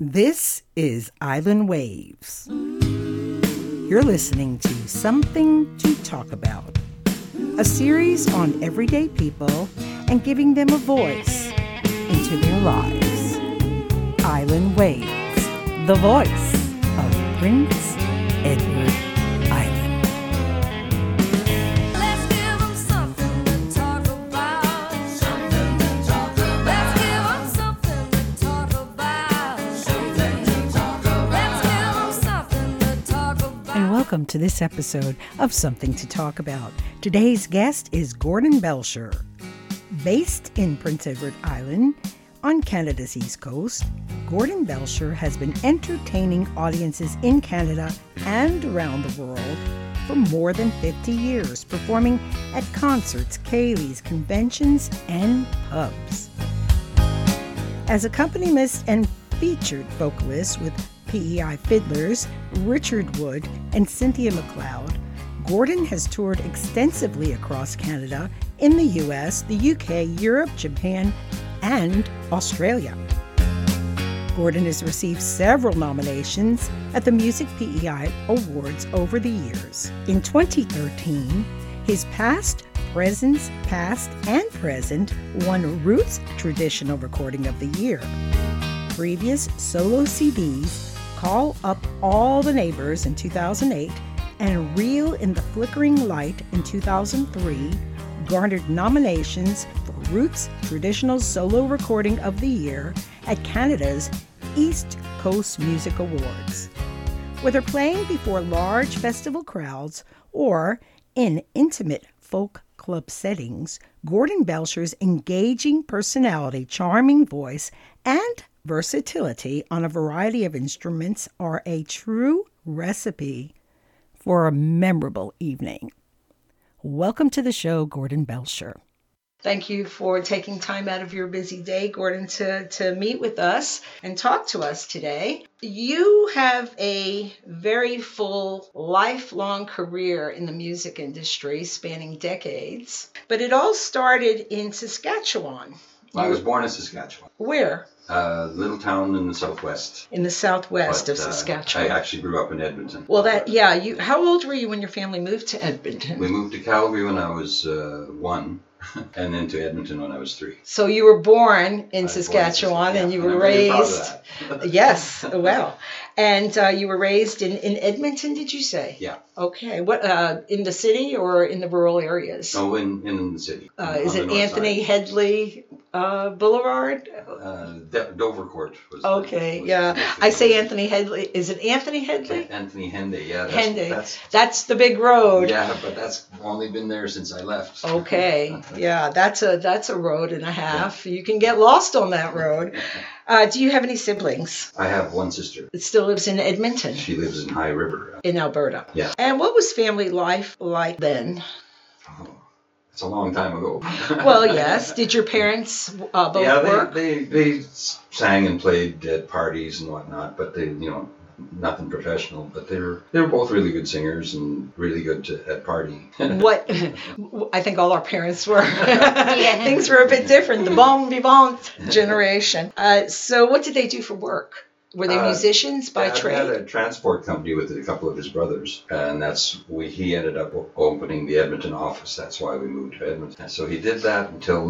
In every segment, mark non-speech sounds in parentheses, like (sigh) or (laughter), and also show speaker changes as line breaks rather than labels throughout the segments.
This is Island Waves. You're listening to Something to Talk About, a series on everyday people and giving them a voice into their lives. Island Waves, the voice of Prince Edward Island.
Let's give them something to talk about. Something to talk about. Let's give them something to talk about. Something to talk about. Let's give them something to talk about.
And welcome to this episode of Something to Talk About. Today's guest is Gordon Belcher. Based in Prince Edward Island on Canada's East Coast, Gordon Belcher has been entertaining audiences in Canada and around the world for more than 50 years, performing at concerts, Kaylee's, conventions, and pubs. As accompanist and featured vocalist with PEI Fiddlers, Richard Wood, and Cynthia McLeod, Gordon has toured extensively across Canada, in the US, the UK, Europe, Japan, and Australia. Gordon has received several nominations at the Music PEI Awards over the years. In 2013, his past, presence, past, and present won Roots Traditional Recording of the Year. Previous solo CDs, Call Up All the Neighbors in 2008, and Reel in the Flickering Light in 2003 garnered nominations for Roots Traditional Solo Recording of the Year at Canada's East Coast Music Awards. Whether playing before large festival crowds or in intimate folk club settings, Gordon Belcher's engaging personality, charming voice, and versatility on a variety of instruments are a true recipe for a memorable evening. Welcome to the show, Gordon Belcher. Thank you for taking time out of your busy day, Gordon, to, to meet with us and talk to us today. You have a very full lifelong career in the music industry spanning decades, but it all started in Saskatchewan.
I was born in Saskatchewan,
Where?
a little town in the southwest.
In the southwest
But,
of
uh,
Saskatchewan.
I actually grew up in Edmonton.
well, that, yeah, you, how old were you when your family moved to Edmonton?
We moved to Calgary when I was uh, one, (laughs) and then to Edmonton when I was three.
so you were born in
I was born in
Saskatchewan
Saskatchewan,
and you
and
were
I'm really proud of
raised. (laughs)
that.
yes, well, and uh, you were raised in, in Edmonton, did you say?
Yeah.
Okay. What uh, in the city or in the rural areas?
So Oh, in in the city.
Uh,
on
is
the
it
north
Anthony Headley uh, Boulevard?
side. Uh, De- Dovercourt was. the-
Okay,
was-
yeah.
was the-
I say Anthony Headley. Is it Anthony Headley?
Anthony Henday. Yeah. That's,
Henday.
That's,
That's the big road.
yeah, but that's only been there since I left. (laughs)
Okay, yeah, that's a that's a road and a half. You can get lost on that
(laughs)
road. Uh, do you have any siblings?
I have one sister.
That still lives in Edmonton,
She lives in High River.
in Alberta.
Yeah.
And what was family life like
(laughs)
then?
Oh, it's a long time ago.
(laughs) Well,
(laughs)
yes. Did your parents uh, both
yeah, they,
work?
they they sang and played at parties and whatnot, but they you know nothing professional. But they were they were both really good singers and really good to, at party.
what (laughs) I think all our parents were. Things were a bit different. The bon vivant generation. Uh, so, what did they do for work? Were they
Uh,
musicians by
Dad
trade?
had a transport company with a couple of his brothers, and that's we he ended up o- opening the Edmonton office. That's why we moved to Edmonton. So he did that until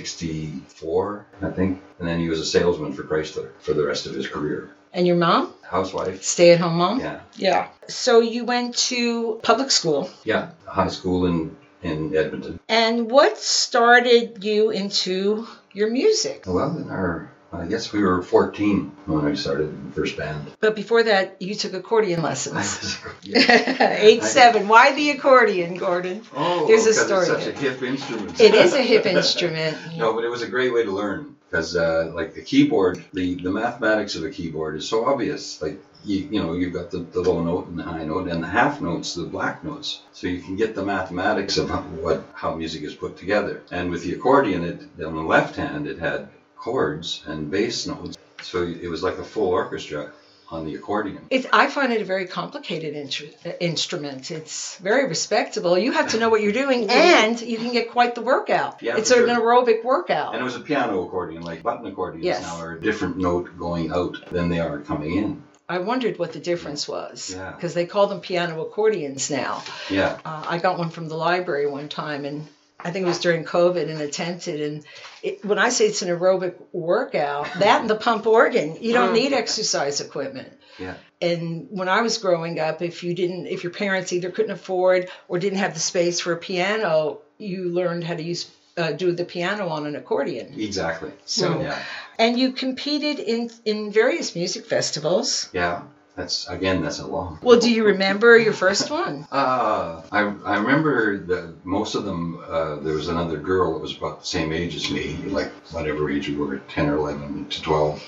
1964, I think, and then he was a salesman for Chrysler for the rest of his career.
and your mom?
Housewife,
Stay at home mom?
yeah.
Yeah. So, you went to public school.
Yeah, high school in, in Edmonton.
And what started you into your music?
Well, in our, I guess we were 14 when I started the first band.
(laughs) But before that, you took accordion lessons.
Yeah.
Eight, seven. Why the accordion, Gordon?
Oh,
There's a
'cause
story
It's such
there.
a hip instrument.
It is a
(laughs)
hip instrument.
No, but it was a great way to learn because, uh, like the keyboard, the, the mathematics of a keyboard is so obvious. Like you, you know, you've got the, the low note and the high note and the half notes, the black notes. So you can get the mathematics of how- what how music is put together. And with the accordion, it on the left hand, it had chords and bass notes. So it was like a full orchestra on the accordion.
It's, I find it a very complicated intru- instrument. It's very respectable. You have to know what you're
(laughs)
doing, and you can get quite the workout.
Yeah,
it's
for
an
sure.
aerobic workout.
And it was a piano accordion, like button accordions
Yes.
now are a different note going out than they are coming in.
I wondered what the difference was
Yeah.
because they call them piano accordions now.
Yeah.
Uh, I got one from the library one time, and I think it was during COVID, and attempted. And it, when I say it's an aerobic workout, that and the pump organ, you
Uh-huh.
don't need exercise equipment.
Yeah.
And when I was growing up, if you didn't, if your parents either couldn't afford or didn't have the space for a piano, you learned how to use uh, do the piano on an accordion.
Exactly.
So-
yeah.
And you competed in in various music festivals.
Yeah. That's again that's a long
Well, do you remember your first one?
Uh, I, I remember that most of them, uh, there was another girl that was about the same age as me, like whatever age we were, 10 or 11 to 12.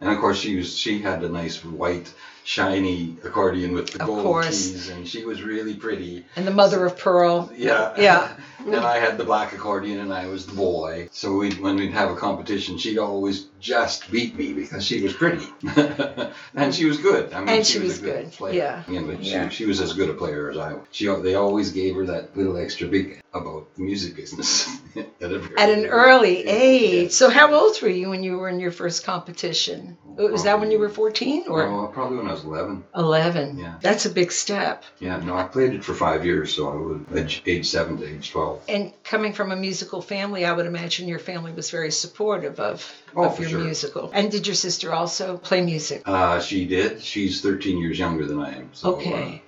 And of course, she was she had a nice white, shiny accordion with the
Of
gold
course.
keys, and she was really pretty.
And the Mother of Pearl.
Yeah.
Yeah.
(laughs) and I had the black accordion, and I was the boy. So we when we'd have a competition, she'd always just beat me because she was pretty, (laughs) and she was good. I mean,
And
she,
she
was,
was
a good,
good,
player.
yeah.
You know, she,
Yeah.
she was as good a player as I. was. She they always gave her that little extra big about the music business (laughs) at, a very
At an early
Yeah.
age. So, how old were you when you were in your first competition? Oh, Was that when you were 14 or
No, probably when I was eleven.
11?
Oh. Yeah.
That's a big step.
Yeah, no, I played it for five years, so I was age- age seven to age twelve.
And coming from a musical family, I would imagine your family was very supportive of,
Oh,
of
for
your
sure.
musical. And did your sister also play music?
Uh, she did. She's thirteen years younger than I am. So, uh,
Okay.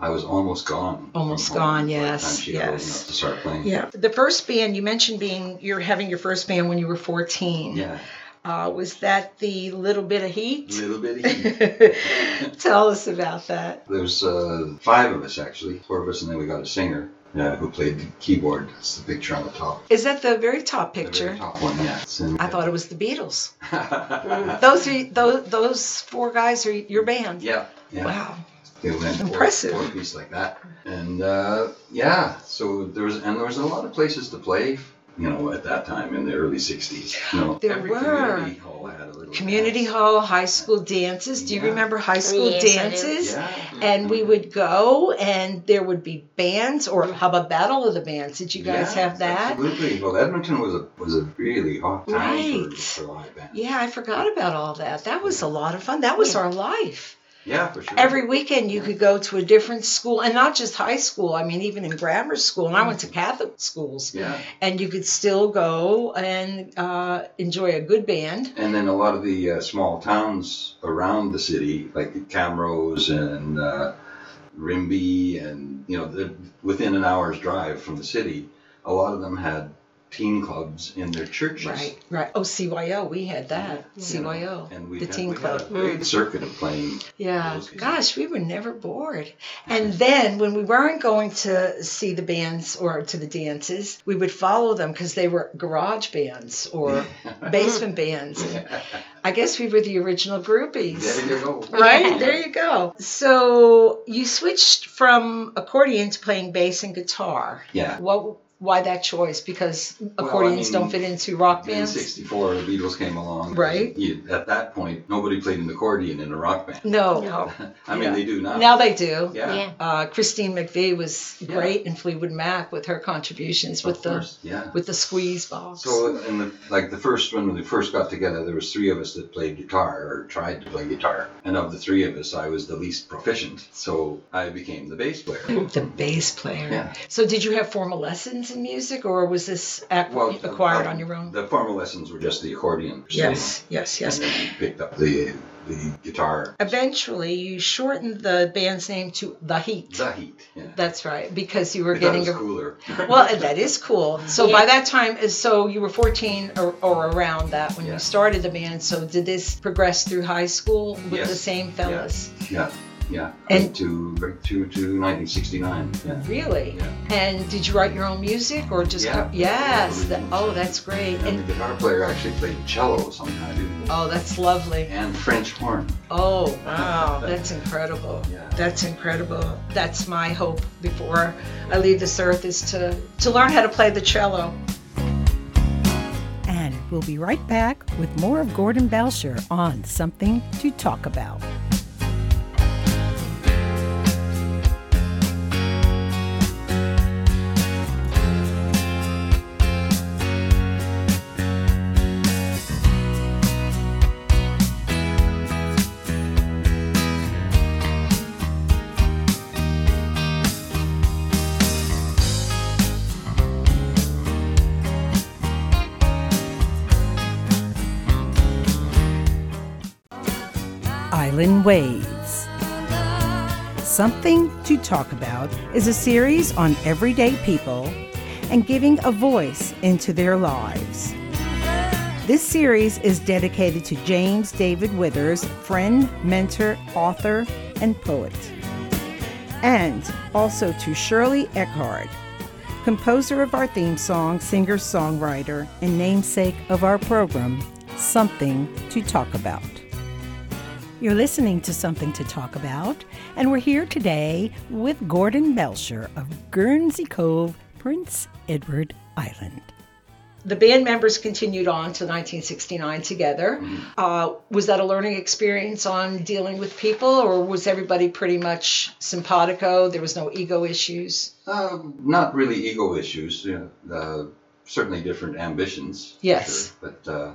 I was almost gone. from
Almost
home
gone,
by the
yes,
time she
yes.
was old enough to start playing.
Yeah. The first band you mentioned being you're having your first band when you were 14.
Yeah,
Uh, was that the Little Bit of
a
Heat?
little bit of heat.
(laughs) Tell us about that.
There was uh, five of us actually, four of us, and then we got a singer uh, who played the keyboard. It's the picture on the top.
Is that the very top
the very
picture?
top one, yeah. It's in-
I thought it was the Beatles.
yeah,
Those are those those four guys are your
(laughs)
band.
yeah.
Wow.
They went four-
Impressive.
Four, piece like that, and uh, yeah. So there was, and there was a lot of places to play. You know, at that time in the early '60s, you know,
There
every
were.
community hall had a little
Community
dance.
hall, high school dances. Do you
Yeah.
remember high school
Oh, Yes, I do.
dances?
Yeah.
And we would go, and there would be bands, or how about Battle of the Bands? Did you guys
Yeah,
have that?
Absolutely. Well, Edmonton was a was a really hot time
Right.
for, for live band.
Yeah, I forgot about all that. That was a lot of fun. That was our life.
Yeah, for sure.
Every weekend, you could go to a different school, and not just high school. I mean, even in grammar school, and I went to
Mm-hmm.
Catholic schools,
yeah,
and you could still go and uh, enjoy a good band.
and then a lot of the uh, small towns around the city, like Camrose and uh, Rimby, and you know, the, within an hour's drive from the city, a lot of them had teen clubs in their churches.
Right, right. Oh, CYO, we had that.
you know,
CYO.
and we
the
had,
teen
we had a
club. Mm.
great circuit of playing.
Yeah.
those guys.
Gosh, we were never bored. And then when we weren't going to see the bands or to the dances, we would follow them because they were garage bands or (laughs) basement bands. And
(laughs)
I guess we were the original
There
groupies.
you go.
Right? There you go. So you switched from accordion to playing bass and guitar.
Yeah.
What? Why that choice? Because
I
accordions
mean,
don't fit into rock
In
bands.
'64, the Beatles came along.
Right.
You- at that point, nobody played an accordion in a rock band.
No.
No.
(laughs) I mean,
Yeah.
they do now.
Now they do.
yeah.
Yeah.
Uh, Christine McVie was
Yeah.
great in Fleetwood Mac with her contributions
of
with the
course, yeah.
with the squeeze box.
So in the like the first when we first got together, there was three of us that played guitar or tried to play guitar, and of the three of us, I was the least proficient, so I became the bass player.
the bass player.
uh, Yeah.
So did you have formal lessons in music, or was this ac- acquired
the-
on your own?
uh, The formal lessons were just the accordion.
Yes, yes,
And
yes.
then we picked up the the guitar.
Eventually, you shortened the band's name to The Heat.
The heat. Yeah.
That's right, because you were
I thought it
getting
was
a
cooler.
well, and that is cool. So by
Yeah.
that time, uh, so you were 14 or, or around that when
Yeah.
you started the band. So did this progress through high school with
Yes.
the same fellas?
yeah. Yeah.
And-
Right to right through to 1969. Yeah.
Really?
Yeah.
And did you write your own music or just?
Yeah.
Yes. That- oh, that's great.
And
And
the guitar player actually played cello sometime
oh, that's lovely.
and French horn.
Oh,
(laughs)
wow, that's incredible.
Yeah.
That's incredible. That's my hope before I leave this earth is to to learn how to play the cello.
And we'll be right back with more of Gordon Belcher on Something to Talk About. Island Waves. Something to Talk About is a series on everyday people and giving a voice into their lives. This series is dedicated to James David Withers, friend, mentor, author, and poet, and also to Shirley Eckhart, composer of our theme song, singer songwriter, and namesake of our program, Something to Talk About. You're listening to Something to Talk About, and we're here today with Gordon Belcher of Guernsey Cove, Prince Edward Island.
The band members continued on to 1969 together.
Mm-hmm.
Uh, was that a learning experience on dealing with people, or was everybody pretty much simpatico? There was no ego issues?
Um, not really ego issues. You know, uh, certainly different ambitions. for
Yes.
sure, But uh,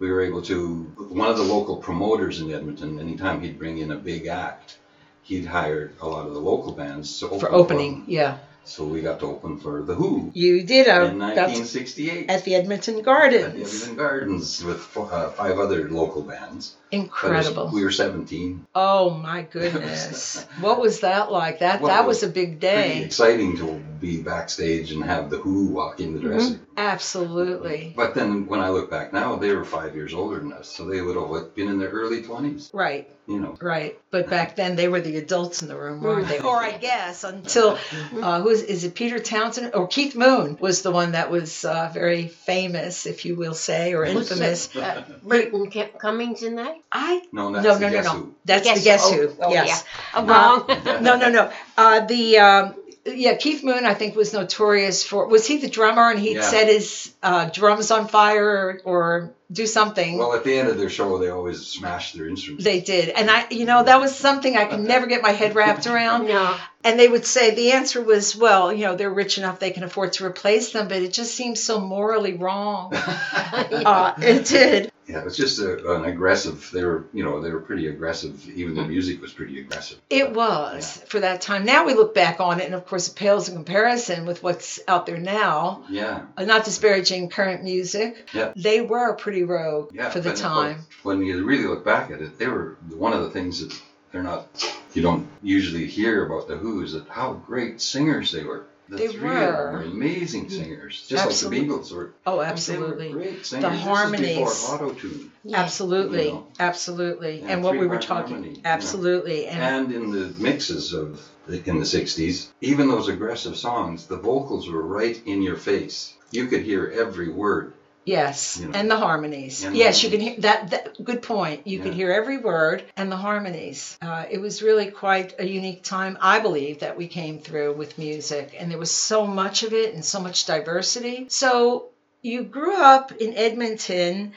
we were able to. One of the local promoters in Edmonton, anytime he'd bring in a big act, he'd hire a lot of the local bands to open
For
for
opening,
him.
yeah.
So we got to open for the Who
You did. Uh,
in
that's
1968
at the Edmonton
at the
Gardens.
Edmonton Gardens with fo- uh, five other local bands. But it was-
Incredible.
We were 17.
Oh my
(laughs)
goodness. what was that like? That
Well,
that
it
was
was
a big
Pretty
day.
exciting to be backstage and have the Who walk in the
Mm-hmm.
dressing room.
Absolutely.
But then when I look back now, they were five years older than us, so they would have been in their early 20s,
Right,
you know.
right. But back then they were the adults in the room, weren't they? Or I guess until (laughs) uh, who's is it Peter Townsend or Keith Moon was the one that was uh, very famous, if you will say, or
Was it,
infamous.
uh, Merton Ke- Cummings in that?
I
No,
no
that's
no
the
no
Guess
no.
Who.
That's the
Guess-
guess
oh,
who.
oh,
Yes. Uh,
I'm (laughs)
(laughs)
wrong.
no, no, no. Uh, the um, yeah, Keith Moon, I think, was notorious for was he the drummer and he'd
Yeah.
set his uh, drums on fire or, or do something.
Well, at the end of their show, they always smash their instruments.
they did, and I, you know, that was something I could never get my head wrapped around.
No.
And they would say the answer was, well, you know, they're rich enough they can afford to replace them, but it just seems so
(laughs)
morally wrong. Uh, it did.
(laughs) yeah, it was just a, an aggressive. They were, you know, they were pretty aggressive. Even the music was pretty aggressive.
Mm-hmm. It was for that time. Now we look back on it, and of course, it pales in comparison with what's out there now.
Yeah,
uh, not disparaging current music.
Yeah.
They were pretty rogue
yeah.
for the
but
time.
When you really look back at it, they were one of the things that they're not. You don't usually hear about the Who is that how great singers they were. The
They
three of them
were.
amazing singers, just
Absolutely.
like the Beatles were.
Oh,
They
absolutely.
were great singers. This
harmonies.
is before auto tune.
Absolutely.
You know.
Absolutely.
And
And what we were
three-part
talking
harmony, yeah.
absolutely. And,
And in the mixes of the, in the 60s, even those aggressive songs, the vocals were right in your face. You could hear every word.
yes,
you know.
and the harmonies.
And the
yes, you can hear
harmonies.
that, that good point. You could
Yeah.
hear every word and the harmonies. Uh, it was really quite a unique time, I believe, that we came through with music and there was so much of it and so much diversity. So you grew up in Edmonton.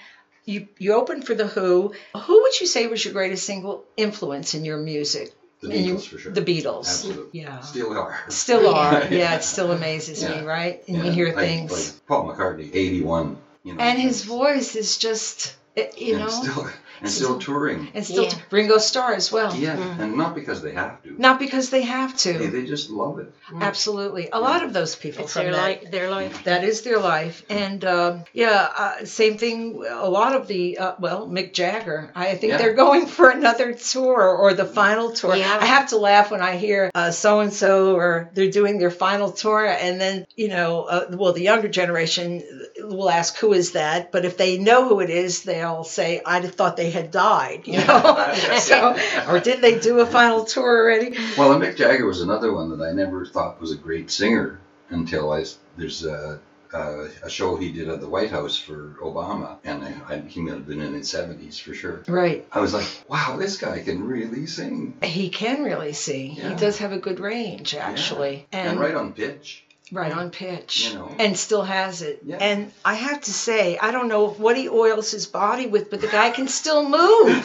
You you opened for the Who. Who would you say was your greatest single influence in your music?
The
And you-
Beatles, for sure.
The Beatles.
Absolutely.
Yeah.
Still are.
Still are.
Yeah.
Yeah, it still amazes me,
(laughs) Yeah.
right? And you
Yeah,
hear
like-
things.
Like Paul McCartney, 81. You know,
and his voice is just, it- you
and
know,
Still, and still touring.
and still
Yeah.
Ringo Starr as well.
Yeah, and not because they have to.
Not because they have to.
They, they just love it.
Absolutely. A lot of those people
It's
from
their
that
life. Their life.
That is their life. And um, yeah, uh, same thing. A lot of the, uh, well, Mick Jagger, I think
Yeah.
they're going (laughs) for another tour or the final tour.
Yeah.
I have to laugh when I hear so and so or they're doing their final tour. And then, you know, uh, well, the younger generation will ask, who is that? But if they know who it is, they'll say, I thought they had died, you
(laughs)
know? so, or did they do a final tour already?
Well, and Mick Jagger was another one that I never thought was a great singer until I s- there's a a, a show he did at the White House for Obama, and I, I, he might have been in his seventies for sure.
Right.
I was like, wow, this guy can really sing,
He can really sing. He
Yeah.
does have a good range, actually.
and, right on pitch.
right on pitch
You know.
and still has it
Yeah.
and i have to say i don't know what he oils his body with but the guy can still move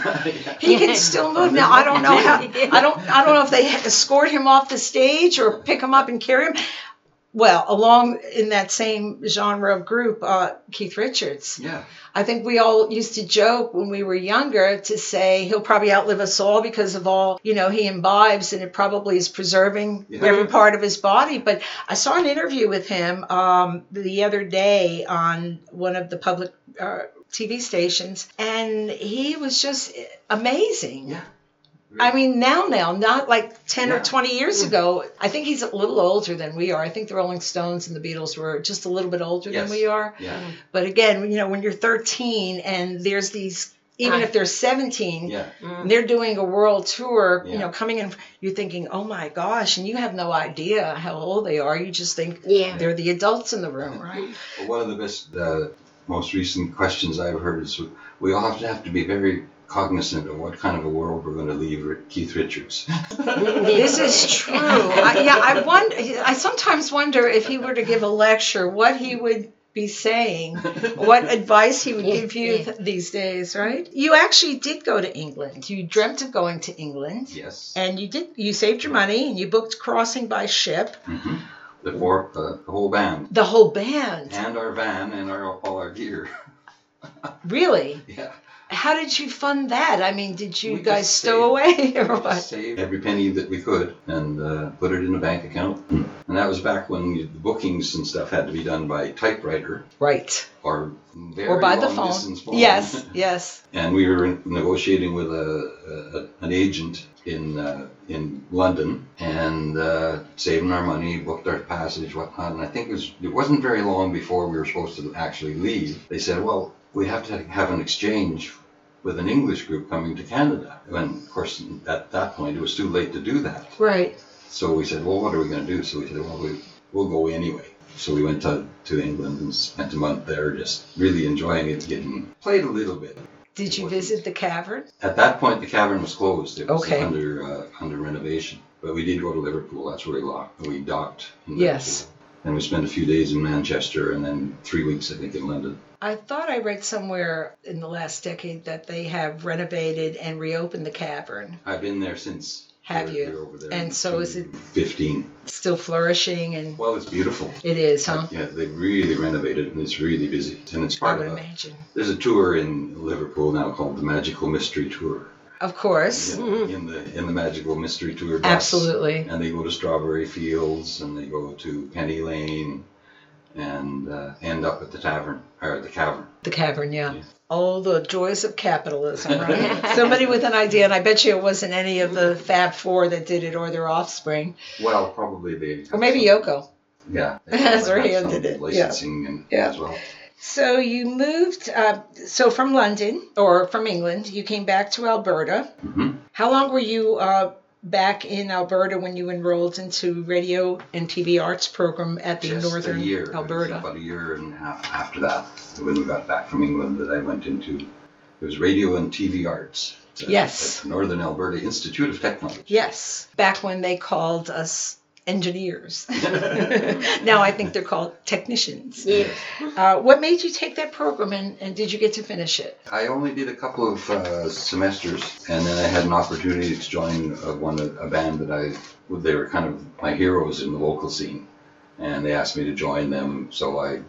he can still move now i don't know how i don't i don't know if they escort him off the stage or pick him up and carry him well along in that same genre of group uh, keith richards
(laughs) Yeah,
i think we all used to joke when we were younger to say he'll probably outlive us all because of all you know he imbibes and it probably is preserving
Yeah.
every part of his body. But I saw an interview with him um, the other day on one of the public uh, TV stations, and he was just amazing.
Yeah.
I mean, now, now, not like 10 or
Yeah.
20 years
Mm.
ago. I think he's a little older than we are. I think the Rolling Stones and the Beatles were just a little bit older
Yes.
than we are.
Yeah.
But again, you know, when you're 13 and there's these, even
Right.
if they're 17,
Yeah.
and they're doing a world tour, you
Yeah.
know, coming in, you're thinking, oh my gosh, and you have no idea how old they are. You just think
Yeah.
they're the adults in the room,
(laughs)
right?
But one of the best, uh, most recent questions I've heard is we all have to have to be very cognizant of what kind of a world we're going to leave Ri- Keith Richards.
This is true. I, yeah, I wonder. I sometimes wonder if he were to give a lecture, what he would be saying,
(laughs)
what advice he would
Yeah,
give you
yeah.
th- these days, right? You actually did go to England. You dreamt of going to England.
yes.
And you did. You saved your money, and you booked crossing by ship.
hmm The four, uh, the whole band,
The whole band,
and our van, and our all our gear. (laughs)
really.
yeah.
How did you fund that? I mean, did you
We
guys
just
stow away (laughs) or what?
Saved every penny that we could and uh, put it in a bank account. And that was back when the bookings and stuff had to be done by typewriter
Right.
or very
Or by the
long
phone.
distance phone. (laughs)
Yes, yes.
and we were negotiating with a, a an agent in uh, in London and uh, saving our money, booked our passage, whatnot. And I think it was it wasn't very long before we were supposed to actually leave. They said, "Well, we have to have an exchange." With an English group coming to Canada. And of course, at that point, it was too late to do that.
Right.
So we said, well, what are we going to do? So we said, well, we, we'll go anyway. So we went to, to England and spent a month there just really enjoying it, getting played a little bit.
Did you
Wasn't.
visit the cavern?
At that point, the cavern was closed. It was
Okay.
under uh, under renovation. But we did go to Liverpool. That's where we locked. We docked. in
Yes.
Liverpool. And we spent a few days in Manchester and then three weeks, I think, in London.
I thought I read somewhere in the last decade that they have renovated and reopened the cavern.
I've been there since.
Have
We were-
you?
we were over there
And
in
so is it-
15.
It's still flourishing and
Well, it's beautiful.
it is, huh?
Yeah, they really renovated it and it's really busy. And it's
I
part
would
of a,
imagine.
There's a tour in Liverpool now called the Magical Mystery Tour.
Of course.
In, in the in the Magical Mystery Tour bus.
Mm-hmm. Absolutely.
And they go to Strawberry Fields and they go to Penny Lane and uh, end up at the tavern or at the cavern.
The cavern, yeah.
Yeah.
All the joys of capitalism,
(laughs)
right? Somebody with an idea, and I bet you it wasn't any of the Fab Four that did it or their offspring.
Well, probably they
Or maybe Yoko.
Yeah. they
(laughs) That's
probably
where
have
he
some
did it, yeah.
Licensing and
Yeah.
as well.
So you moved, uh, so from London or from England, you came back to Alberta.
hmm
How long were you uh, back in Alberta when you enrolled into radio and TV arts program at the
Just
Northern
a year. It was
Alberta?
About a year and a half after that, when we got back from England, that I went into. It was radio and TV arts. at-
Yes.
At the Northern Alberta Institute of Technology.
Yes, back when they called us
(laughs)
engineers. (laughs) now I think they're called technicians.
Yeah.
Uh, what made you take that program and, and did you get to finish it?
I only did a couple of uh, semesters, and then I had an opportunity to join uh, one a band that I they were kind of my heroes in the local scene, and they asked me to join them. So I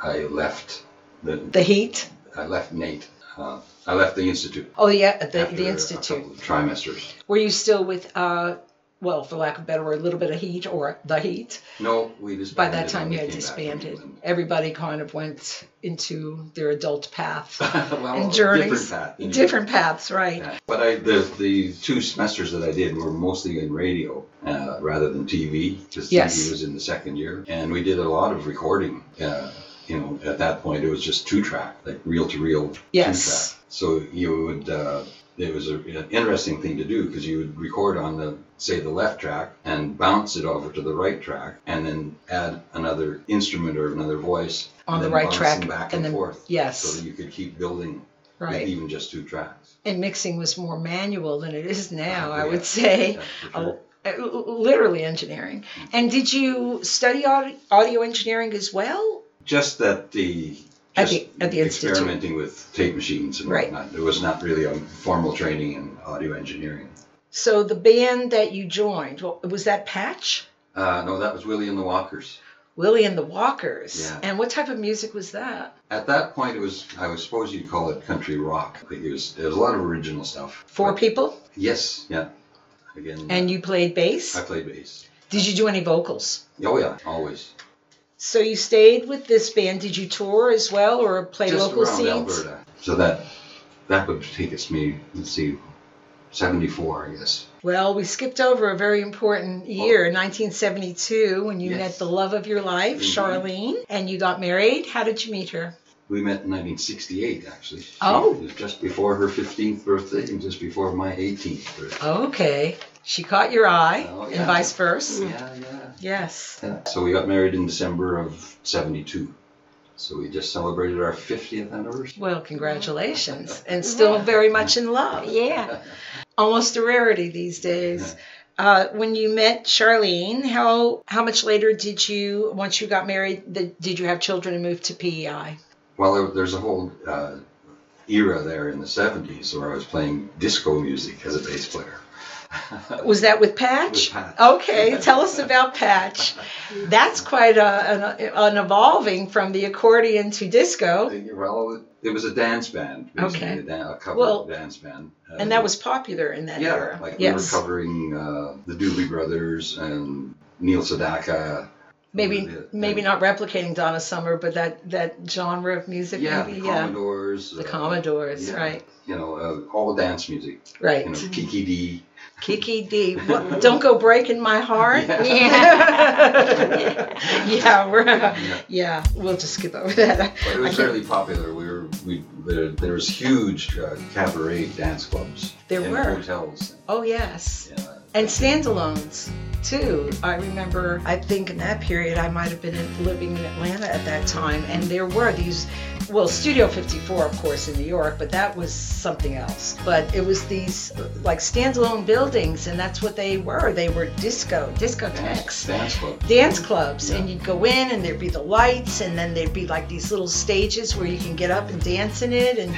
I left the
The heat?
I left Nate. Uh, I left the institute.
Oh, yeah, the,
after
the
A
Institute.
couple of trimesters.
Were you still with, uh, well, for lack of a better word, a little bit of heat or the heat?
No, we disbanded.
By that time,
when
you
we
had
came back from
disbanded.
England.
Everybody kind of went into their adult path.
(laughs) (laughs) well,
and journeys.
different path. anyway.
Different paths, right?
Yeah. But I, the the two semesters that I did were mostly in radio uh, rather than TV because
Yes.
TV was in the second year, and we did a lot of recording. Uh, you know, at that point it was just two track, like reel to reel
Yes.
two track. So you would. Uh, it was a, an interesting thing to do because you would record on the say the left track and bounce it over to the right track and then add another instrument or another voice
On
and
the
then
right
bounce
track
them back
and
and,
then-
forth
Yes,
so that you could keep building with
right.
even just two tracks.
And mixing was more manual than it is now,
Uh,
I
yeah.
would say.
That's for
Uh,
sure.
Literally engineering. And did you study audio, audio engineering as well?
just that the
At
just
the- at the institute.
experimenting with tape machines and
Right.
whatnot. There was not really a formal training in audio engineering.
So the band that you joined, well, was that Patch?
Uh, no, that was Willie and the Walkers.
Willie and the Walkers.
Yeah.
And what type of music was that?
At that point, it was I was suppose you'd call it country rock. Like it was there was a lot of original stuff.
Four
But-
people?
Yes, yeah. Again,
And you played bass?
I played bass.
Did you do any vocals?
Oh yeah, always.
So you stayed with this band. Did you tour as well or play
just
local
around
scenes?
Alberta. So that that would take us maybe let's see, seventy four, I guess.
Well, we skipped over a very important year, 1972, when you
Oh. Yes.
met the love of your life,
Mhm.
Charlene, and you got married. How did you meet her?
We met in 1968, actually. She-
Oh.
It was just before her 15th birthday and just before my 18th birthday.
Oh. Okay. She caught your eye,
Oh,
and
yeah.
vice versa.
Yeah, yeah,
Yes.
yeah. So we got married in December of 72. So we just celebrated our 50th anniversary.
Well,
(laughs)
congratulations. And still very much in love.
Yeah.
Almost a rarity these days. Uh, when you met Charlene, how how much later did you, once you got married, the, did you have children and move to E PEI?
Well, there, there's a whole uh, era there in the 70s where I was playing disco music as a bass player. (laughs)
Was that with Patch?
With Patch.
Okay, tell us
(laughs)
about Patch. That's quite a, an, an evolving from the accordion to disco,
Well, it was a dance band, basically,
Okay.
a, dan- a cover
Well,
dance band. Uh,
and that was popular in that
yeah,
era.
like
yes,
we were covering uh, the Doobie Brothers and Neil Sedaka.
maybe
Yeah.
maybe not replicating Donna Summer, but that that genre of music,
yeah,
maybe
the
yeah,
Commodores.
the
uh,
Commodores,
yeah,
right,
You know, uh, all dance music.
right.
You know, Kiki D.
Kiki
(laughs)
D, what, don't go breaking my heart. (laughs)
Yeah.
Yeah, we're,
(laughs) Yeah.
yeah, we'll just skip over that.
But it
I
was
can't-
fairly popular. We were we there, there was huge uh, cabaret dance clubs.
There
in
were.
hotels.
Oh yes.
And, uh,
and standalones too. I remember, I think in that period, I might have been in- living in Atlanta at that time, and there were these. Well, Studio 54, of course, in New York, but that was something else. But it was these uh, like standalone buildings, and that's what they were. They were disco,
dance,
discotheques,
dance club.
dance clubs, and you'd go in, and there'd be the lights, and then there'd be like these little stages where you can get up and dance in it, and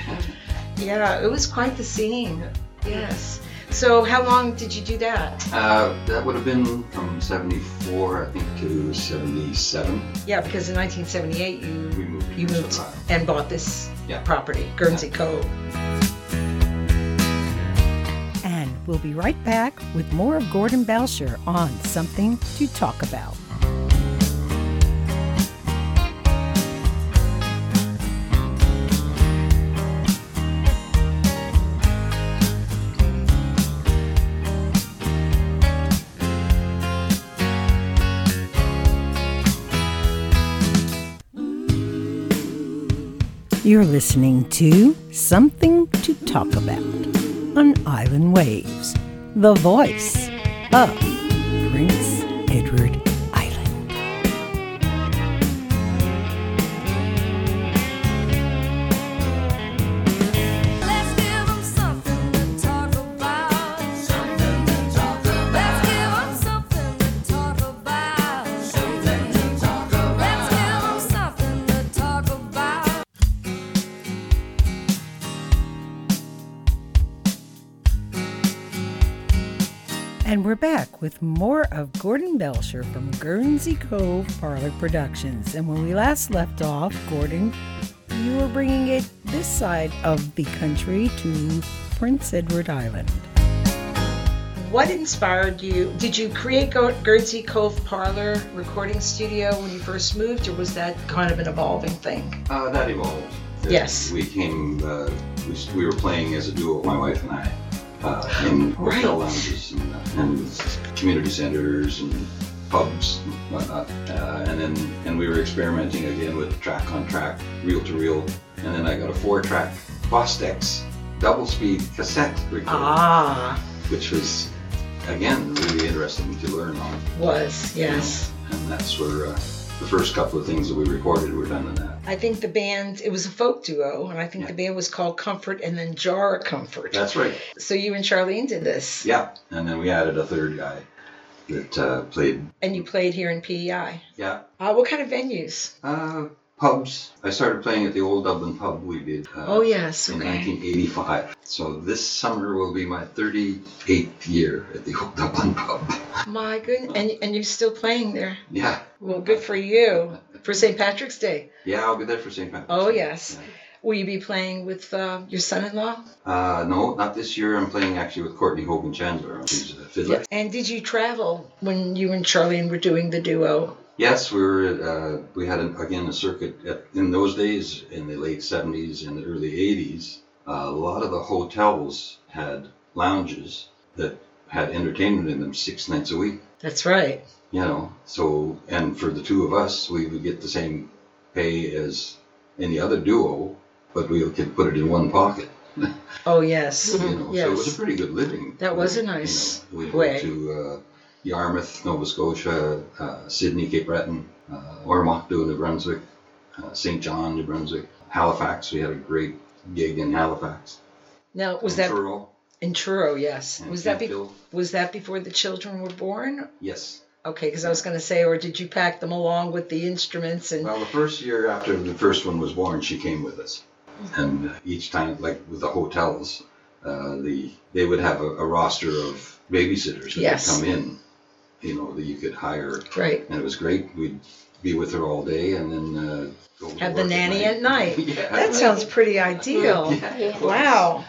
yeah, it was quite the scene. Yes. So, how long did you do that?
Uh, that would have been from '74, I think, to '77.
Yeah, because in 1978 you
We moved.
you
to
moved
Survivor.
and bought this
Yeah.
property, Guernsey Cove.
And we'll be right back with more of Gordon Belcher on Something to Talk About. You're listening to Something to Talk About on Island Waves, the voice of Prince Edward Island.
Let's give 'em something to talk about. Something to talk about. Let's give 'em something to talk about. Something to talk about. Let's give 'em something to talk about.
And we're back with more of Gordon Belcher from Guernsey Cove Parlor Productions. And when we last left off, Gordon, you were bringing it this side of the country to Prince Edward Island.
What inspired you? Did you create Gu- Guernsey Cove Parlor recording studio when you first moved, or was that kind of an evolving thing?
Uh, that evolved.
Yes.
We came, uh, we, s- we were playing as a duo, my wife and I, uh, in hotel
Right.
lounges and, uh, and community centers and pubs and whatnot. Uh, and then and we were experimenting again with track on track, reel to reel. And then I got a four track Bostex double speed cassette recorder,
Ah,
which was, again, really interesting to learn on.
was yes.
And that's where uh, the first couple of things that we recorded were done in that.
I think the band it was a folk duo, and I think the band was called Comfort and then Jar Comfort.
That's right.
so you and Charlene did this,
Yeah, and then we added a third guy that uh, played.
and you played here in PEI.
Yeah,
Uh, what kind of venues?
uh, pubs. I started playing at the old Dublin pub we did. Uh,
oh yes,
In
okay.
1985. So this summer will be my 38th year at the old (laughs) Dublin pub.
My goodness, and and you're still playing there.
yeah,
Well, good for you for St. Patrick's Day.
yeah, I'll be there for St. Patrick's.
Oh,
Day.
yes. Will you be playing with uh, your son-in-law?
Uh, no, not this year. I'm playing actually with Courtney Hogan Chandler, who's a fiddler.
And did you travel when you and Charlene were doing the duo?
Yes, we were. At, uh, we had an, again a circuit at, in those days in the late '70s and the early '80s. Uh, a lot of the hotels had lounges that had entertainment in them six nights a week.
That's right.
You know, so and for the two of us, we would get the same pay as any other duo, but we could put it in one pocket.
Oh yes.
You know, so it was a pretty good living.
That was a
You know,
nice
we
way.
went to uh, Yarmouth, Nova Scotia, uh, Sydney, Cape Breton, uh, Ormoncton, New Brunswick, uh, St. John, New Brunswick, Halifax. We had a great gig in Halifax.
Now was that
Truro
in Truro? Yes.
and
Was that be-
Campbell.
was that before the children were born?
Yes.
Okay, because I was going to say, or did you pack them along with the instruments and?
Well, the first year after the first one was born, she came with us, and uh, each time, like with the hotels, uh, the they would have a, a roster of babysitters that
Yes.
would come in. You know that you could hire
Right.
and it was great. We'd be with her all day and then uh, go to
Have the
work
nanny
at
at
(laughs)
night.
yeah.
That sounds pretty ideal.
Yeah, it was.
Wow.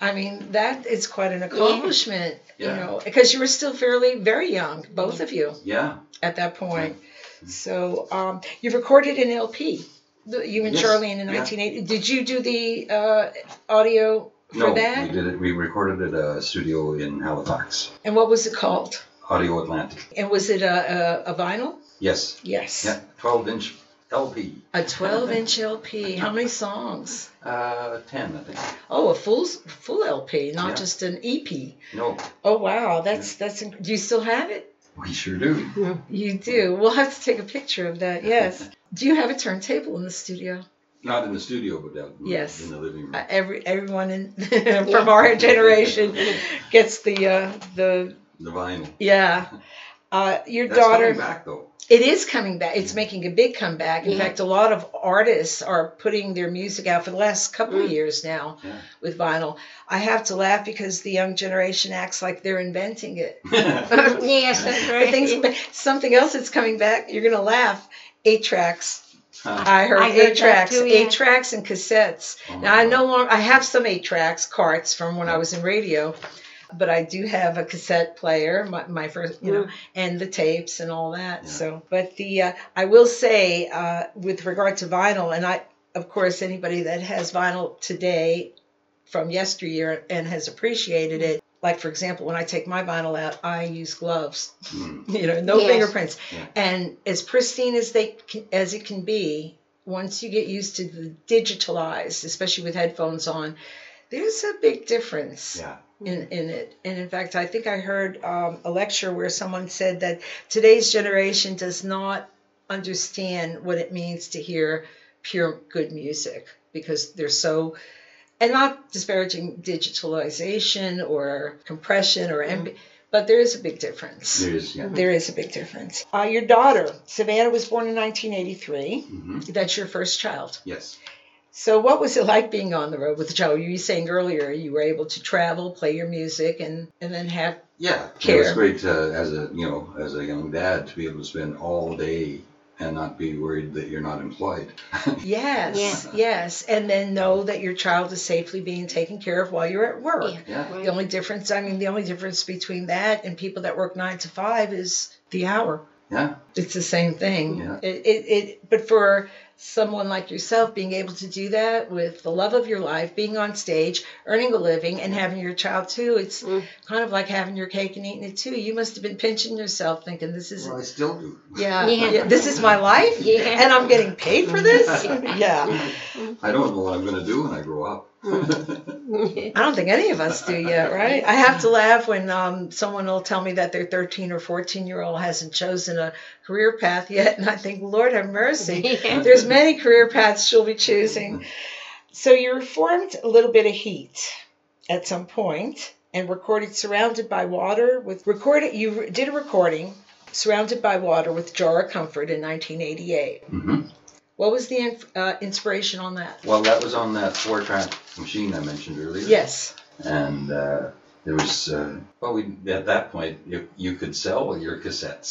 I mean, that is quite an accomplishment,
Yeah.
you know, because you were still fairly very young, both of you
Yeah,
at that point. So um, you recorded an LP, the- you and
Yes,
Charlie in the
yeah.
1980. Did you do the uh, audio for
no, we
that?
did it. We recorded at a studio in Halifax,
And what was it called?
Audio Atlantic.
And was it a, a, a vinyl?
Yes,
Yes.
yeah, 12 inch LP,
A 12 inch LP. How many songs?
uh, 10, I think.
Oh, a full full LP, not
Yeah.
just an EP.
No,
Oh wow, that's that's. inc- Do you still have it?
we sure do.
You do. We'll have to take a picture of that. Yes. do you have a turntable in the studio?
Not in the studio, but out in,
Yes.
in the living room.
Uh, every everyone in (laughs) from our (laughs) generation gets the uh, the
the vinyl.
yeah. Uh, your
That's
daughter.
coming back
(laughs)
though. (laughs)
It is coming back. It's making a big comeback. In
Yeah.
fact, a lot of artists are putting their music out for the last couple of
Mm.
years now
Yeah.
with vinyl. I have to laugh because the young generation acts like they're inventing it.
yes, that's
But
right.
things,
(laughs)
but something else that's coming back. You're gonna laugh. Eight tracks.
Huh.
I heard
I heard that
eight tracks,
too, yeah.
eight tracks and cassettes.
Oh my
now I
God.
no longer I have some eight tracks carts from when I was in radio, but I do have a cassette player, my, my first, you
Mm.
know, and the tapes and all that.
Yeah.
So, but the uh, I will say uh, with regard to vinyl, and I of course anybody that has vinyl today from yesteryear and has appreciated it. Like for example, when I take my vinyl out, I use gloves
Mm.
(laughs) you know no
Yes.
fingerprints
Yeah.
and as pristine as they can, as it can be once you get used to the digitalized especially with headphones on there's a big difference
Yeah.
in, in it and in fact i think i heard um, a lecture where someone said that today's generation does not understand what it means to hear pure good music because they're so and not disparaging digitalization or compression or
Mm-hmm.
MP, but there is a big difference
There is, yeah.
there is a big difference. Mm-hmm. Uh, your daughter, Savannah, was born in 1983.
hmm
That's your first child.
Yes.
So, what was it like being on the road with the child? You were saying earlier you were able to travel, play your music, and, and then have.
Yeah, it was
care.
great uh, as a you know as a young dad to be able to spend all day and not be worried that you're not employed.
Yes, yes. And then know that your child is safely being taken care of while you're at work.
Yeah.
Yeah,
The only difference, I mean, the only difference between that and people that work nine to five is the hour.
yeah,
It's the same thing.
Yeah.
It, it, it, but for someone like yourself, being able to do that with the love of your life, being on stage, earning a living, and having your child too, it's
Mm.
kind of like having your cake and eating it too. You must have been pinching yourself, thinking, "This is,
well, I still do.
yeah,
Yeah.
yeah, this is my life,
Yeah.
and I'm getting paid for
(laughs)
this." yeah,
I don't know what I'm going to do when I grow up.
I don't think any of us do yet, right? I have to laugh when um, someone will tell me that their 13 or 14 year old hasn't chosen a career path yet, and I think, Lord have mercy.
Yeah.
There's many career paths she'll be choosing. So you reformed a little bit of heat at some point and recorded surrounded by water with recorded you re- did a recording surrounded by water with Jar of Comfort in 1988.
hmm
What was the inf- uh, inspiration on that?
Well, that was on that four track machine I mentioned earlier.
Yes.
and uh, there was uh, well, we at that point you, you could sell your cassettes.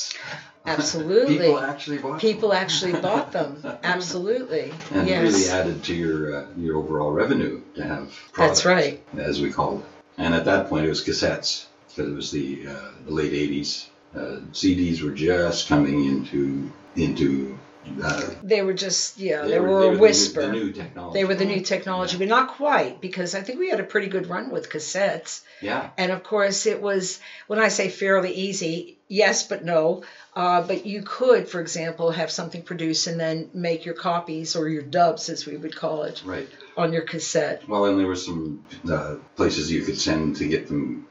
Absolutely.
People actually bought. them. (laughs)
People actually bought them. Absolutely.
And it
yes.
really added to your uh, your overall revenue to have.
That's
product.
right.
as we called it. And at that point, it was cassettes because it was the, uh, the late 80s. uh, CDs were just coming into into uh,
They were just, yeah, they,
they
were,
they
a whisper.
The new, Mm-hmm. the new technology.
they were the new technology, but not quite, because I think we had a pretty good run with cassettes.
yeah.
And of course, it was when I say fairly easy, yes, but no. Uh, but you could, for example, have something produced and then make your copies or your dubs, as we would call it,
Right.
on your cassette.
Well, and there were some uh, places you could send to get them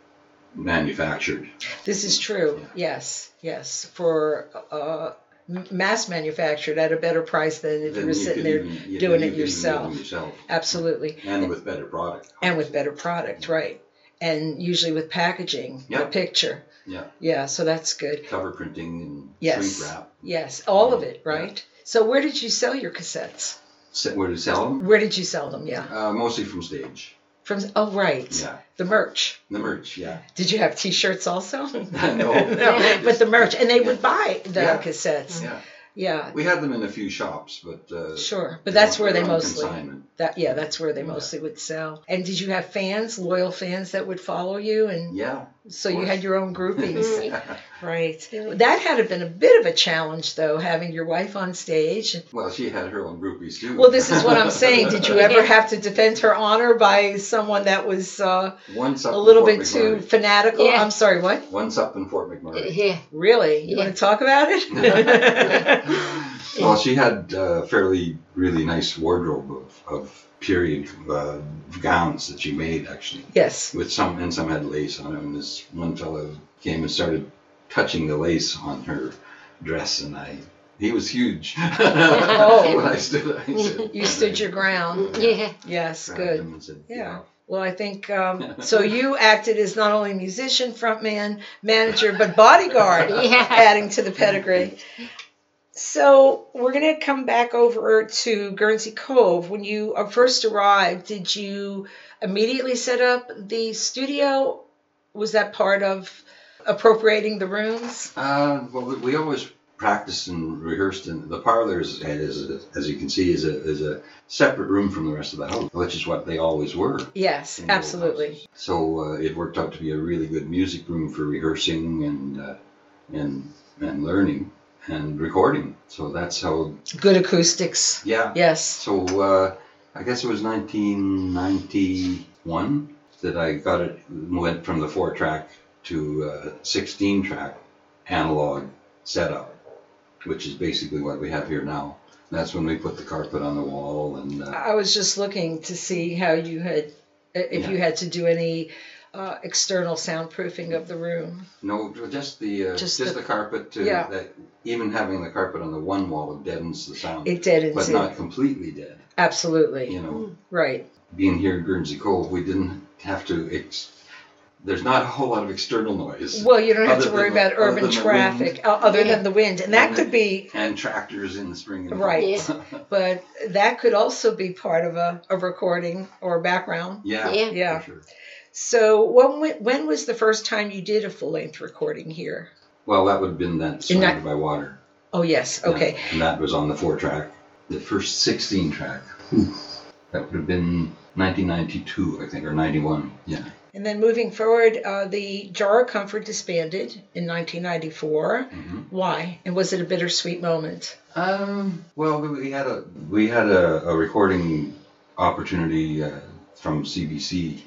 manufactured.
This is true. Yes, yes. For uh, m- mass manufactured at a better price than if you
Then
were
you
sitting
could
there
even- yeah, then you
doing
could even
it
make
yourself.
them yourself.
Absolutely.
And with better product.
And with better product, right. And usually with packaging, the
Yeah.
picture.
Yeah.
Yeah, so that's good.
Cover printing and
Yes.
shrink wrap.
Yes, all of it,
Yeah.
right? So where did you sell your cassettes?
Se- Where to sell them?
Where did you sell them? Yeah.
Uh, mostly from stage.
From oh right.
Yeah.
The merch.
The merch. Yeah.
Did you have
(laughs)
T-shirts also? (laughs)
No.
But the merch, and they
Yeah.
would buy the
Yeah.
cassettes.
Yeah.
Yeah,
We had them in a few shops, but. Uh,
sure. But
they
that's
were-
where they
were on
mostly
Consignment.
that yeah that's where they
Yeah.
mostly would sell. And did you have fans, loyal fans that would follow you? And
Yeah. (laughs)
so you
course.
had your own groupies,
(laughs)
(laughs) right?
Yeah.
That had been a bit of a challenge though, having your wife on stage.
well, she had her own groupies too.
Well, this is what I'm saying. Did you ever have to defend her honor by someone that was uh,
(laughs) Once up
a
in
little
Fort
bit too
McMurray.
fanatical?
Yeah.
I'm sorry, what?
Once up in Fort McMurray.
(laughs)
Yeah.
Really? You
Yeah.
want to talk about (laughs) it?
Well, she had a fairly really nice wardrobe of, of period uh, gowns that she made actually,
yes.
with some and some had lace on them. And this one fellow came and started touching the lace on her dress, and I he was huge. (laughs)
Oh.
When I stood, I said,
(laughs) You stood your ground.
Yeah.
Yes,
grabbed
good.
him and said,
Yeah. Well, I think um, so. You acted as not only musician, frontman, manager, but (laughs) bodyguard,
Yeah.
adding to the pedigree. So we're going to come back over to Guernsey Cove. When you uh, first arrived, did you immediately set up the studio? Was that part of appropriating the rooms?
Uh, well, we- we always practiced and rehearsed in the parlors, and as, as you can see, is a, is a separate room from the rest of the house, which is what they always were.
Yes,
in the old
absolutely.
houses. uh, So uh, it worked out to be a really good music room for rehearsing and uh, and and learning and recording. So that's how.
Good acoustics.
Yeah.
Yes.
So uh, I guess it was 1991 that I got it. Went from the four track to uh, 16 track analog setup, which is basically what we have here now. That's when we put the carpet on the wall and. Uh,
I was just looking to see how you had, if you had to do any uh, external soundproofing of the room.
No, just the uh,
Just
just,
the-
the, carpet to
yeah.
that. Even having the carpet on the one wall deadens the sound,
It did
but
it.
not completely dead.
Absolutely.
You know,
Mm. Right.
being here in Guernsey Cove, we didn't have to. Ex- There's not a whole lot of external noise
Well, you don't have
Other
to worry
than the-
about
other
urban
than the
traffic uh, other
Yeah.
than the wind. And that
And
could
the-
be,
and tractors in the spring and
Right.
Yes.
but that could also be part of a, a recording or background.
Yeah,
Yeah.
for
Yeah.
sure.
So when wa- when was the first time you did a full length recording here?
Well, that would have been that
In that-
surrounded by water.
Oh yes.
Yeah.
Okay.
and that was on the four track, the first 16 track. Whew. That would have been 1992, I think, or 91. Yeah.
And then moving forward, uh, the Jar of Comfort disbanded in 1994.
hmm
Why? And was it a bittersweet moment?
Um. Well, we had a we had a, a recording opportunity uh, from CBC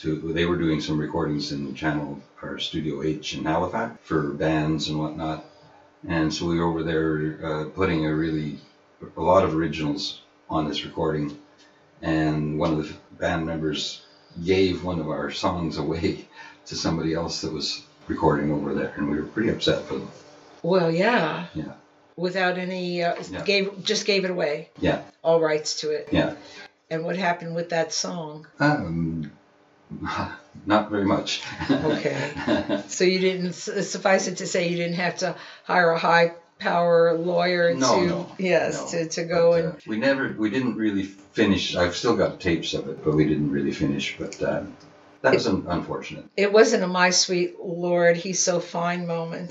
to they were doing some recordings in Channel or Studio H in Halifax for bands and whatnot, and so we were over there uh, putting a really a lot of originals on this recording, and one of the band members gave one of our songs away (laughs) to somebody else that was recording over there, and we were pretty upset for them.
Well, yeah.
Yeah.
Without any, uh,
Yeah.
gave just gave it away.
Yeah.
All rights to it.
Yeah.
And what happened with that song?
Um, (laughs) not very much. (laughs)
Okay. So you didn't su- suffice it to say you didn't have to hire a high power lawyer
No,
to
no,
yes
no.
to, to go
But,
and
uh, we never, we didn't really finish. I've still got tapes of it, but we didn't really finish. But uh, that was un- unfortunate. (laughs)
it wasn't a my sweet lord he's so fine moment. (laughs)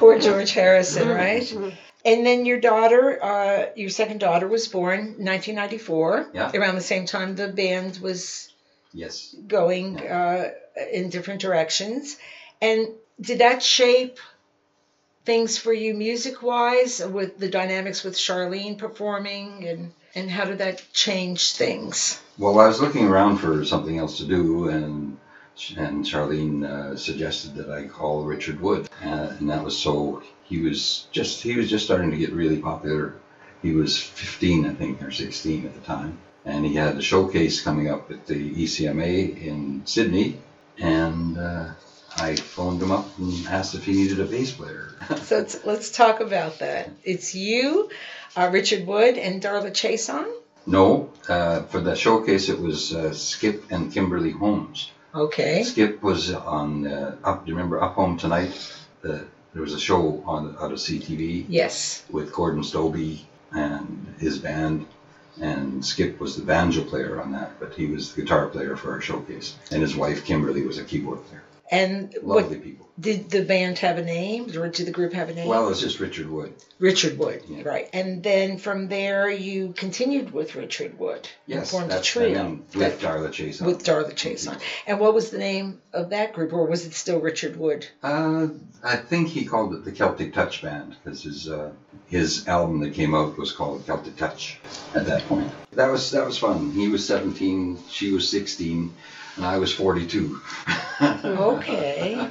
Poor George Harrison,
Mm.
right? And then your daughter, uh, your second daughter, was born 1994.
Yeah.
Around the same time the band was
yes.
going uh, in different directions. And did that shape things for you music wise with the dynamics with Charlene performing and and how did that change things?
Well, I was looking around for something else to do, and and Charlene uh, suggested that I call Richard Wood, uh, and that was so he was just he was just starting to get really popular. He was 15, I think, or 16 at the time, and he had a showcase coming up at the E ECMA in Sydney, and uh, I phoned him up and asked if he needed a bass player. (laughs)
So let's, let's talk about that. It's you, uh, Richard Wood, and Darla Chason.
no, uh, for that showcase it was uh, Skip and Kimberly Holmes.
Okay.
Skip was on uh, up. Do you remember Up Home Tonight? The, there was a show on out of CTV
Yes.
with Gordon Stobie and his band, and Skip was the banjo player on that, but he was the guitar player for our showcase, and his wife Kimberly was a keyboard player.
And
Lovely
what
people.
did the band have a name, or did the group have a name?
Well, it's just Richard Wood.
Richard Wood,
Yeah.
right? And then from there, you continued with Richard Wood. You
Yes,
formed a
that's
trio
and then with Darla Chase.
with Darla Chason. And what was the name of that group, or was it still Richard Wood?
Uh, I think he called it the Celtic Touch Band because his uh, his album that came out was called Celtic Touch. At that point, that was that was fun. He was 17, she was 16, and I was 42.
Okay.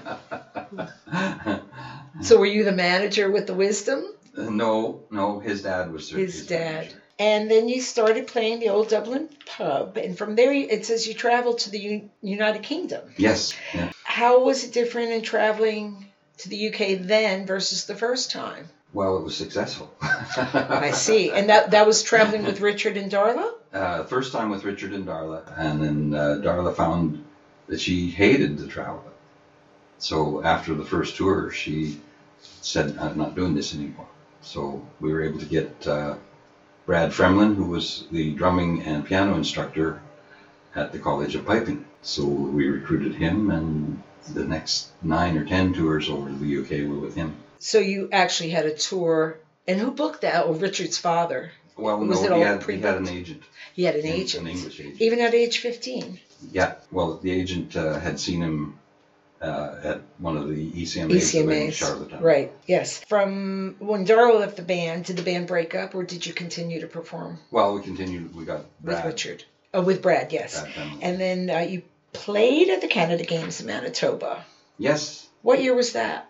so were you the manager with the wisdom?
(laughs) no, no, his dad was their-
His dad.
manager.
And then you started playing the old Dublin pub, and from there you- it says you traveled to the U- United Kingdom.
Yes, yeah.
How was it different in traveling to the UK then versus the first time?
Well, it was successful. (laughs)
I see. And that that was traveling with Richard and Darla.
uh, first time with Richard and Darla, and then uh, Darla found that she hated to travel. So after the first tour, she said, "I'm not doing this anymore." So we were able to get uh, Brad Fremlin, who was the drumming and piano instructor at the College of Piping. So we recruited him, and the next nine or ten tours over to the UK were with him.
So you actually had a tour. And who booked that? Oh, Richard's father.
Well,
Was it
no,
all
he had, he had an
pre-booked?
agent,
He had an
an-
agent,
an English agent.
even at age fifteen.
Yeah, well, the agent uh, had seen him uh, at one of the E ECMAs,
E
in
ECMA's,
Charlottetown.
right? Yes. From when Darla left the band, did the band break up, or did you continue to perform?
Well, we continued. We got
with
Brad.
Richard. Oh, with Brad, yes.
Brad Fenlon.
And then uh, you played at the Canada Games in Manitoba.
Yes,
What year was that?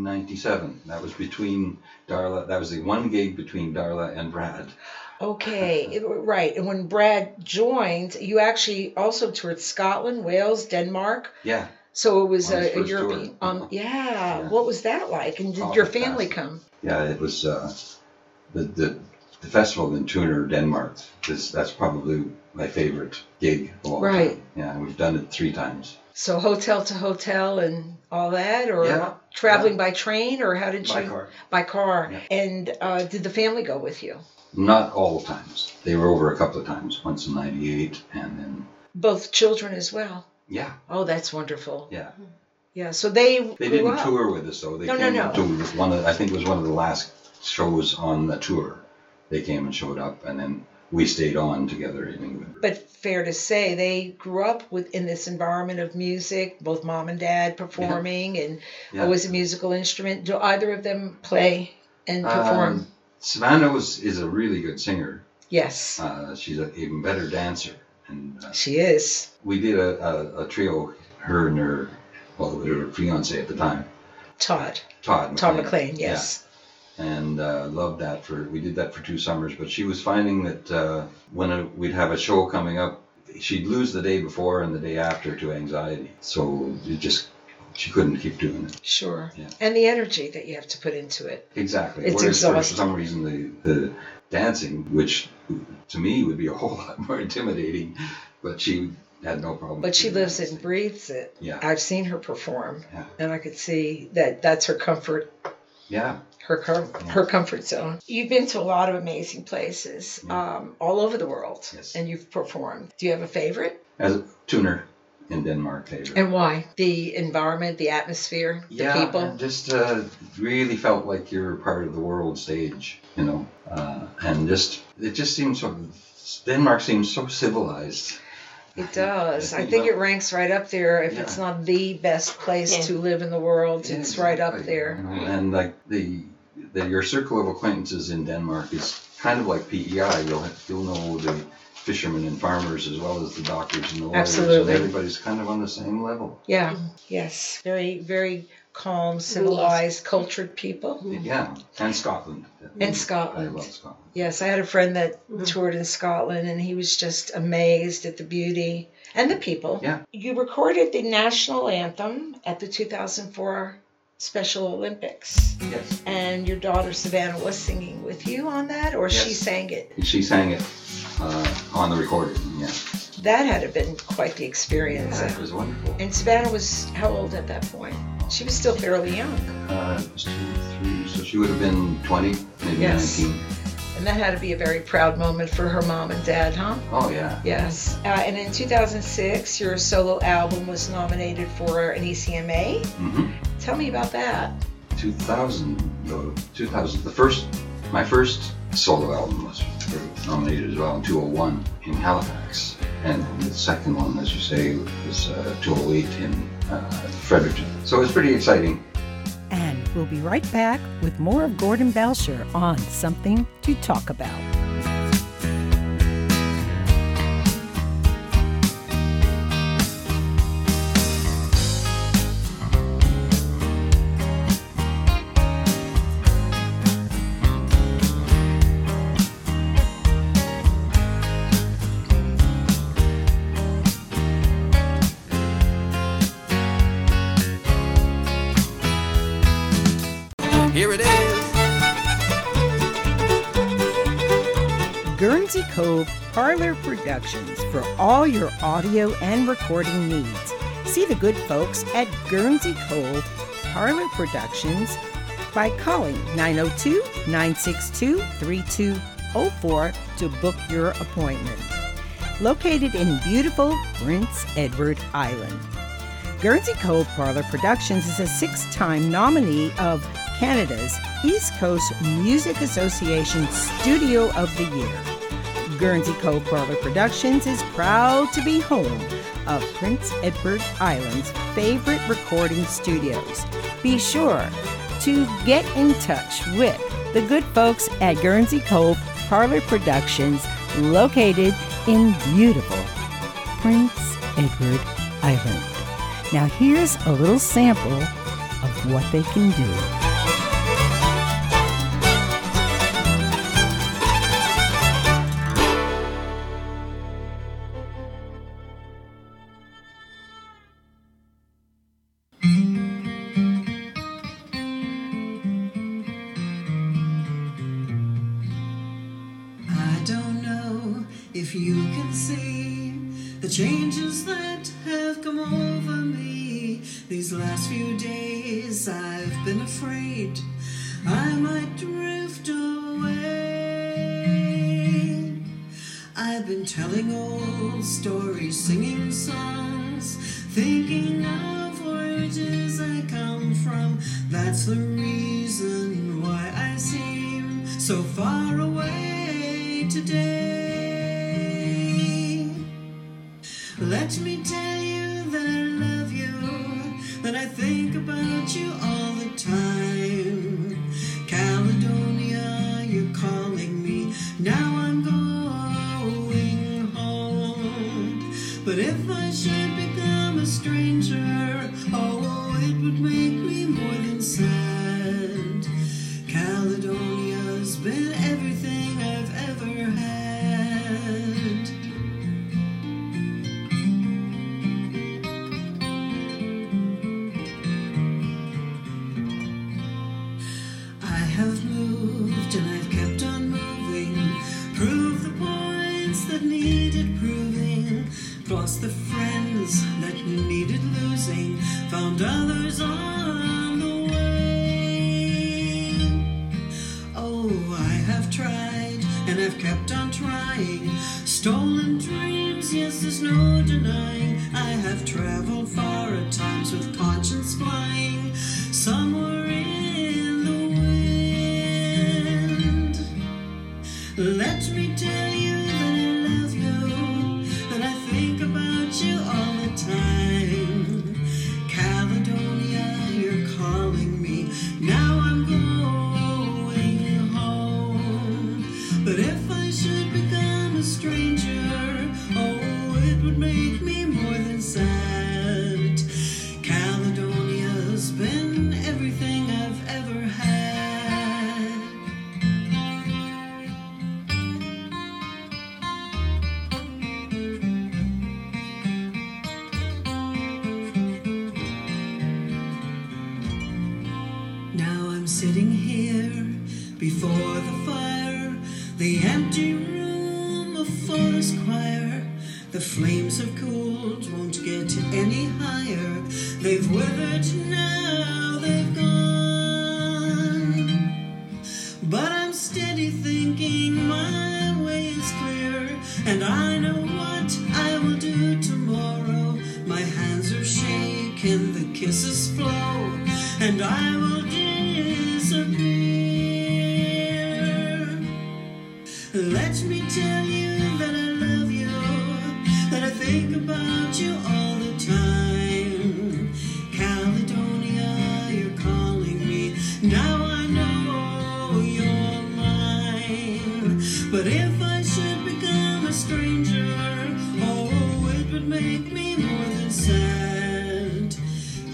1997. That was between Darla. That was the one gig between Darla and Brad. (laughs)
Okay, it- right. And when Brad joined, you actually also toured Scotland, Wales, Denmark.
Yeah,
So it was
On his
a, a
first
European.
tour. Uh-huh.
Um, yeah.
Yeah.
What was that like? And did
Oh,
your family
fantastic.
come?
yeah. It was uh, the the the festival in Tuner, Denmark. This that's probably my favorite gig. Of all time.
Right.
Yeah, we've done it three times.
So hotel to hotel and all that, or
Yeah,
traveling by train, or how did
By
you?
car.
By car.
Yeah.
And uh, did the family go with you?
Not all times. They were over a couple of times. Once in '98, and then
Both children as well.
yeah,
Oh, that's wonderful.
yeah.
Yeah, so they
They
grew
didn't
up.
tour with us though. They
No, no,
came
no.
to with one of I think it was one of the last shows on the tour. They came and showed up and then we stayed on together in England.
But fair to say, they grew up with in this environment of music. Both mom and dad performing, and
Yeah.
always a musical instrument. Do either of them play and perform?
Um, Savannah was is a really good singer.
yes,
Uh, she's an even better dancer. And uh,
she is.
we did a, a, a trio, her and her well her fiance at the time,
Todd,
Todd
Todd
McLean.
McLean. Yes.
and uh, loved that for we did that for two summers but she was finding that uh, when a, we'd have a show coming up she'd lose the day before and the day after to anxiety so it just she couldn't keep doing it
Sure.
Yeah.
And the energy that you have to put into it.
exactly
It's
whereas for
exhausting.
some reason the, the dancing which to me would be a whole (laughs) lot more intimidating but she had no problem
But she
doing
lives
those
and
things.
breathes it.
yeah
I've seen her perform,
Yeah.
and I could see that that's her comfort
yeah
her com- her comfort zone. You've been to a lot of amazing places um, all over the world,
Yes.
and you've performed. Do you have a favorite,
as a tuner in Denmark favorite
and why? The environment, the atmosphere, the
yeah,
people.
and just uh, really felt like you're part of the world stage, you know, uh, and just it just seems so. Denmark seems so civilized.
It does. I think it ranks right up there. If it's not the best place
Yeah.
to live in the world,
Yeah,
it's right up
exactly,
there.
you know, And like the, the your circle of acquaintances in Denmark is kind of like PEI. You'll you'll know the fishermen and farmers as well as the doctors and the lawyers, and
Absolutely.
everybody's kind of on the same level.
Yeah. Yes. Very, very calm, civilized, cultured people.
Yeah, and Scotland.
Mm. And
I
Scotland.
love Scotland.
Yes, I had a friend that
Mhm.
toured in Scotland and he was just amazed at the beauty and the people.
Yeah.
You recorded the national anthem at the 2004 Special Olympics.
Yes,
And your daughter Savannah was singing with you on that, or she
Yes.
sang it.
she sang it uh, on the recording. Yeah,
That had to have been quite the experience.
that was wonderful.
And Savannah was how old at that point? She was still fairly young.
Uh, it was two, three, so she would have been 20, maybe
Yes.
19.
And that had to be a very proud moment for her mom and dad, huh?
Oh yeah.
Yes. Uh, and in 2006, your solo album was nominated for an E ECMA.
hmm
Tell me about that.
2000 though 2000 the first my first solo album was nominated as well in 201 in halifax and the second one as you say was uh, 208 in uh, fredericton so it was pretty exciting
And we'll be right back with more of Gordon Belcher on Something to Talk About.
Here it is.
Guernsey Cove Parlor Productions for all your audio and recording needs. See the good folks at Guernsey Cove Parlor Productions by calling 902 962 3204 to book your appointment. Located in beautiful Prince Edward Island. Guernsey Cove Parlor Productions is a six time nominee of Canada's East Coast Music Association Studio of the Year. Guernsey Cove Parlor Productions is proud to be home of Prince Edward Island's favorite recording studios. Be sure to get in touch with the good folks at Guernsey Cove Parlor Productions, located in beautiful Prince Edward Island. Now, here's a little sample of what they can do.
I don't know if you can see the changes that have come over me. These last few days I've been afraid I might drift away. I've been telling old stories, singing songs, thinking of voyages I come from. That's the reason why I seem so far away today. Let me tell you that I love you, that I think about you all the time. Caledonia, you're calling me, now I'm going home. But if I should become a stranger, oh, it would make me more than sad. Caledonia's been everything I've ever had. I have moved and I've kept on moving. Prove the points that needed proving. Lost the friends that needed losing. Found others on the way. Oh, I have tried and I've kept on trying. Stolen dreams, yes, there's no denying. I have traveled far at times with conscience flying. Somewhere in the wind. Let me tell you that I love you, that I think about oh, sitting here before the fire, the empty room of forest choir. The flames of cold won't get any higher. They've withered now, they've gone. But I'm steady thinking my way is clear, and I know what I will do tomorrow. My hands are shaking, the kisses flow, and I will disappear. Let me tell you that I love you, that I think about you all the time. Caledonia, you're calling me. Now I know you're mine. But if I should become a stranger, oh, it would make me more than sad.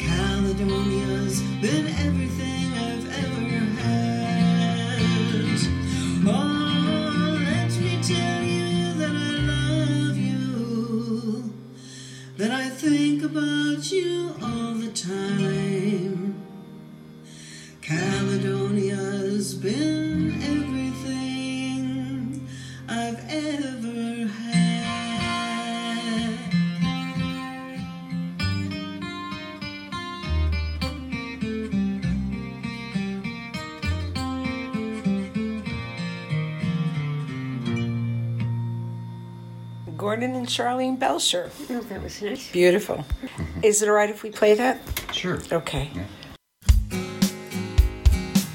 Caledonia's been everything I've ever had. Oh, let me tell you that I love you, that I think about you all the time. Caledonia's been everything I've ever had.
Gordon and Charlene Belcher.
Oh, that was nice.
Beautiful. Is it all right if we play that?
Sure.
Okay.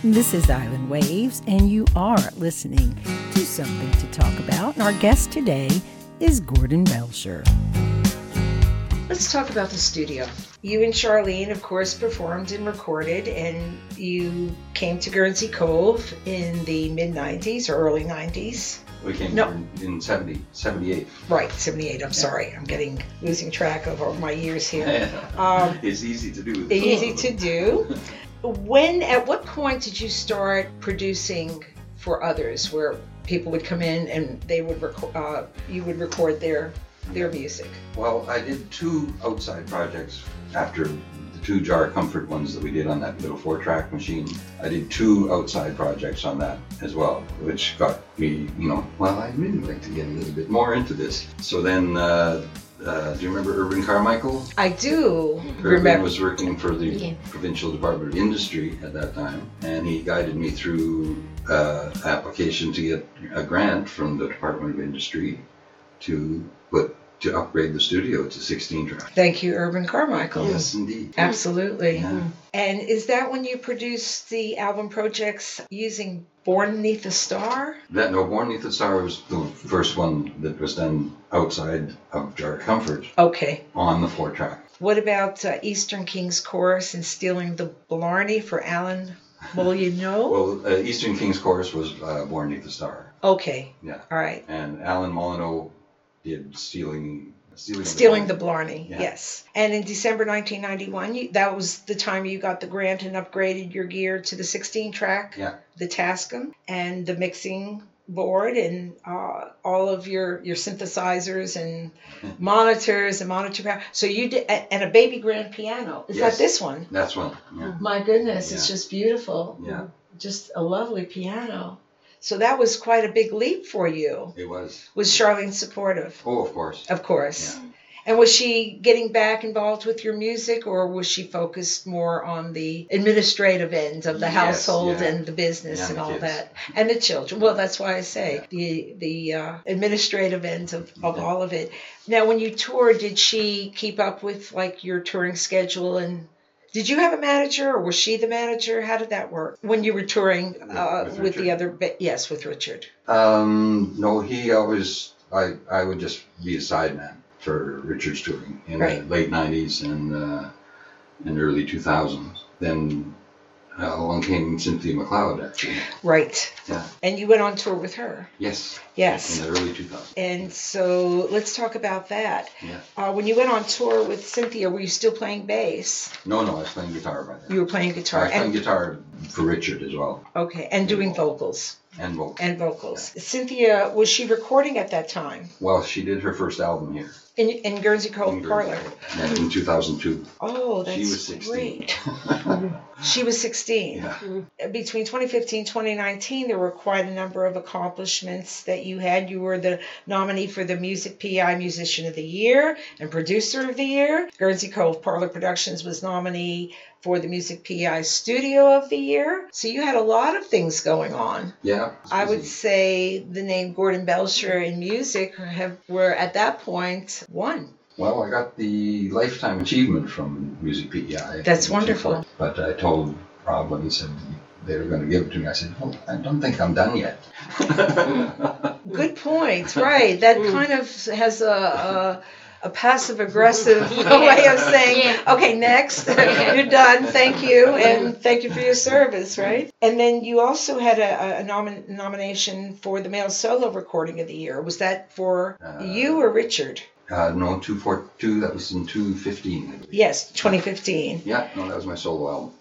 This is Island Waves, and you are listening to Something to Talk About. And our guest today is Gordon Belcher.
Let's talk about the studio. You and Charlene, of course, performed and recorded, and you came to Guernsey Cove in the mid 90s or early 90s.
We came
No.
here in, in 70, 78.
Right, 78. I'm sorry. I'm getting losing track of all my years
(laughs)
here. Um,
it's easy to do.
Easy to do. When, at what point did you start producing for others where people would come in and they would record, uh, you would record their their music?
Well, I did two outside projects after the two Jar Comfort ones that we did on that little four track machine. I did two outside projects on that as well, which got me, you know, well, I'd really like to get a little bit more into this. So then, uh, uh, do you remember Urban Carmichael?
I do
Urban
remember.
was working for the
Yeah.
Provincial Department of Industry at that time, and he guided me through uh, application to get a grant from the Department of Industry to put to upgrade the studio to 16 track.
Thank you, Urban Carmichael.
Yes, indeed.
Absolutely.
Yeah.
And is that when you produced the album projects using Born Neath a Star?
That No Born Neath the Star was the first one that was done outside of Jar Comfort
Okay.
on the four track.
What about uh, Eastern King's Chorus and Stealing the Blarney for Alan Molyneux?
Well, uh, Eastern King's Chorus was uh, Born Neath the Star.
Okay.
Yeah.
All right.
And Alan Molyneux did Stealing. Stealing,
Stealing the Blarney,
Yeah.
yes. And in December 1991, you, that was the time you got the grant and upgraded your gear to the 16 track,
Yeah.
the Tascam, and the mixing board, and uh, all of your, your
(laughs)
synthesizers and monitors and monitor power. So you did, a- and a baby grand piano. Is
Yes.
that this one?
That's one. Yeah.
My goodness, it's
Yeah.
just beautiful.
Yeah.
Just a lovely piano. So that was quite a big leap for you.
It was.
Was Charlene supportive?
Oh, of course.
Of course. And was she getting back involved with your music, or was she focused more on the administrative end of the
Yes,
household
yeah.
and the business
Yeah,
and
the
all
kids.
that, and the children? Well, that's why I say the the uh, administrative end of, of
Yeah.
all of it. Now, when you toured, did she keep up with like your touring schedule and? Did you have a manager, or was she the manager? How did that work when you were touring uh,
with
with, the
Richard.
other? ba- Yes, with Richard.
Um, no, he always. I I would just be a sideman for Richard's touring in the
Right.
late '90s and uh, and early 2000s. Then uh, along came Cynthia McLeod, actually.
Right.
Yeah.
And you went on tour with her.
Yes.
Yes.
In the early 2000s.
And so let's talk about that.
Yeah.
Uh, when you went on tour with Cynthia, were you still playing bass?
No, no, I was playing guitar by then.
You were playing
I
guitar
was playing
and
guitar for Richard as well.
okay, and doing vocals.
and vocal.
and vocals. Cynthia, was she recording at that time
Well, she did her first album here
in, in Guernsey Cold
in
Parlor?
yeah, in 2002.
Oh, that's
She was 16.
great. She was 16.
(laughs) Yeah.
Between 2015 2019, there were quite a number of accomplishments that you had. You were the nominee for the Music PI Musician of the Year and Producer of the Year. Guernsey Cove Parlor Productions was nominee for the Music PI Studio of the Year. So you had a lot of things going on.
Yeah.
I would say the name Gordon Belcher in music have, were at that point one.
Well, I got the lifetime achievement from Music E PEI.
That's wonderful.
But I told Rob when he said they were going to give it to me, I said, "Well, I don't think I'm done
(laughs)
yet."
Good point, right? That kind of has a. a a passive
(laughs)
aggressive (laughs) way of saying, okay, next, you're done, thank you, and thank you for your service, right? And then you also had a, a nomin- nomination for the male solo recording of the year. Was that for
Uh,
you or Richard?
uh, no, two four two. That was in two fifteen.
Yes, 2015.
Yeah, no, that was my solo album.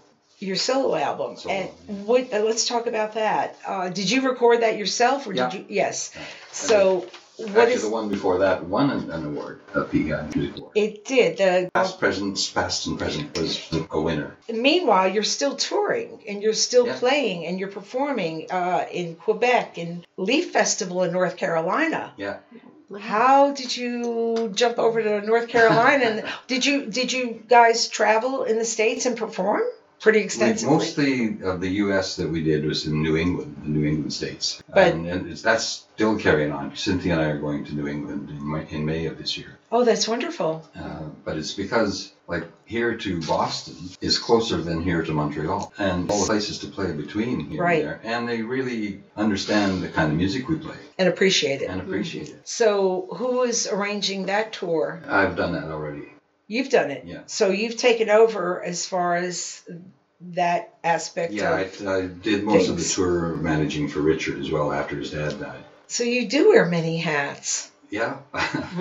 your solo album.
Solo.
And what, uh, let's talk about that. Uh, did you record that yourself, or
Yeah.
did you? Yes. So what
Actually,
is
the one before that won an, an award, a PEI Music Award.
it? Did the
Past, present, past, and present was the a winner.
meanwhile you're still touring and you're still
Yeah.
playing and you're performing uh, in Quebec in Leaf Festival in North Carolina.
Yeah.
Mm-hmm.
How did you jump over to North
(laughs)
Carolina? and did you did you guys travel in the states and perform pretty
We,
extensively?
mostly of the U.S. that we did was in New England, the New England states,
But-
and, and it's, that's still carrying on. Cynthia and I are going to New England in, May- in May of this year,
oh, that's wonderful.
uh, but it's because like here to Boston is closer than here to Montreal, and all the places to play between here
Right.
and there, and they really understand the kind of music we play
And appreciate it.
and appreciate it.
So, who is arranging that tour?
I've done that already.
You've done it.
Yeah.
So, you've taken over as far as that aspect.
Yeah,
Of,
I, I did most of the
Thanks.
tour managing for Richard as well after his dad died.
so, you do wear many hats.
Yeah. (laughs)